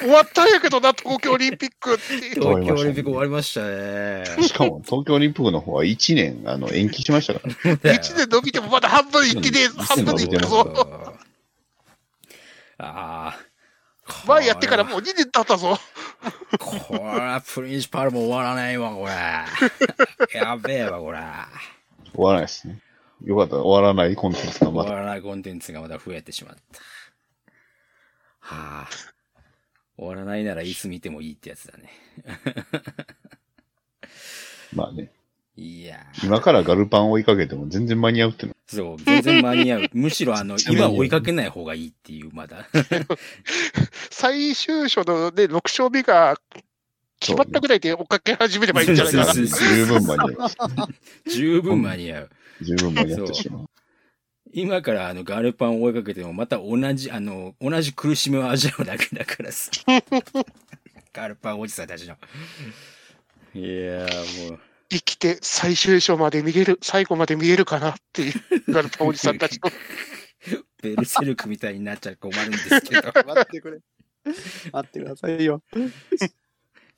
終わったんやけどな、東京オリンピックって。
東京オリンピック終わりましたね。
しかも、東京オリンピックの方は1年、あの、延期しましたからね。
1年伸びてもまだ半分いってねえ、半分でいってるぞ。
ああ。
前やってからもう2年経ったぞ。
これはプリンシパルも終わらないわ、これ。 (laughs) やべえわ、これ。
終わらないですね。よかった、終わらないコンテンツがま
終 (laughs)
た。
わらないコンテンツがまた増えてしまった。はあ。終わらないならいつ見てもいいってやつだね。
まあね、
いやー
今からガルパンを追いかけても全然間に合うっての
そう、全然間に合う。
(laughs)
むしろあの、
ちなみに
今追いかけない方がいいっていう、まだ。 (laughs)
最終章のね、6勝目が決まったぐらいで追っかけ始めればいいんじゃないか
は
な。
(laughs) そうそう
十分間に合う。
十分間に合う。
十分間に合ってしまう。
今からあのガルパンを追いかけてもまた同じ、あの、同じ苦しみを味わうだけだか
(laughs)
らさ。ガルパンおじさんたちの。いやーもう、
生きて最終章まで見れる、最後まで見れるかなっていう、ガルパンおじさんたちの。
ベルセルクみたいになっちゃ困るんですけど。
(laughs) 待ってくれ。待ってくださいよ。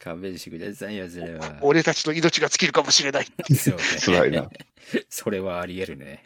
勘弁してくださいよ、それは。
俺たちの命が尽きるかもしれない。
そうね
辛いな。
それはあり得るね。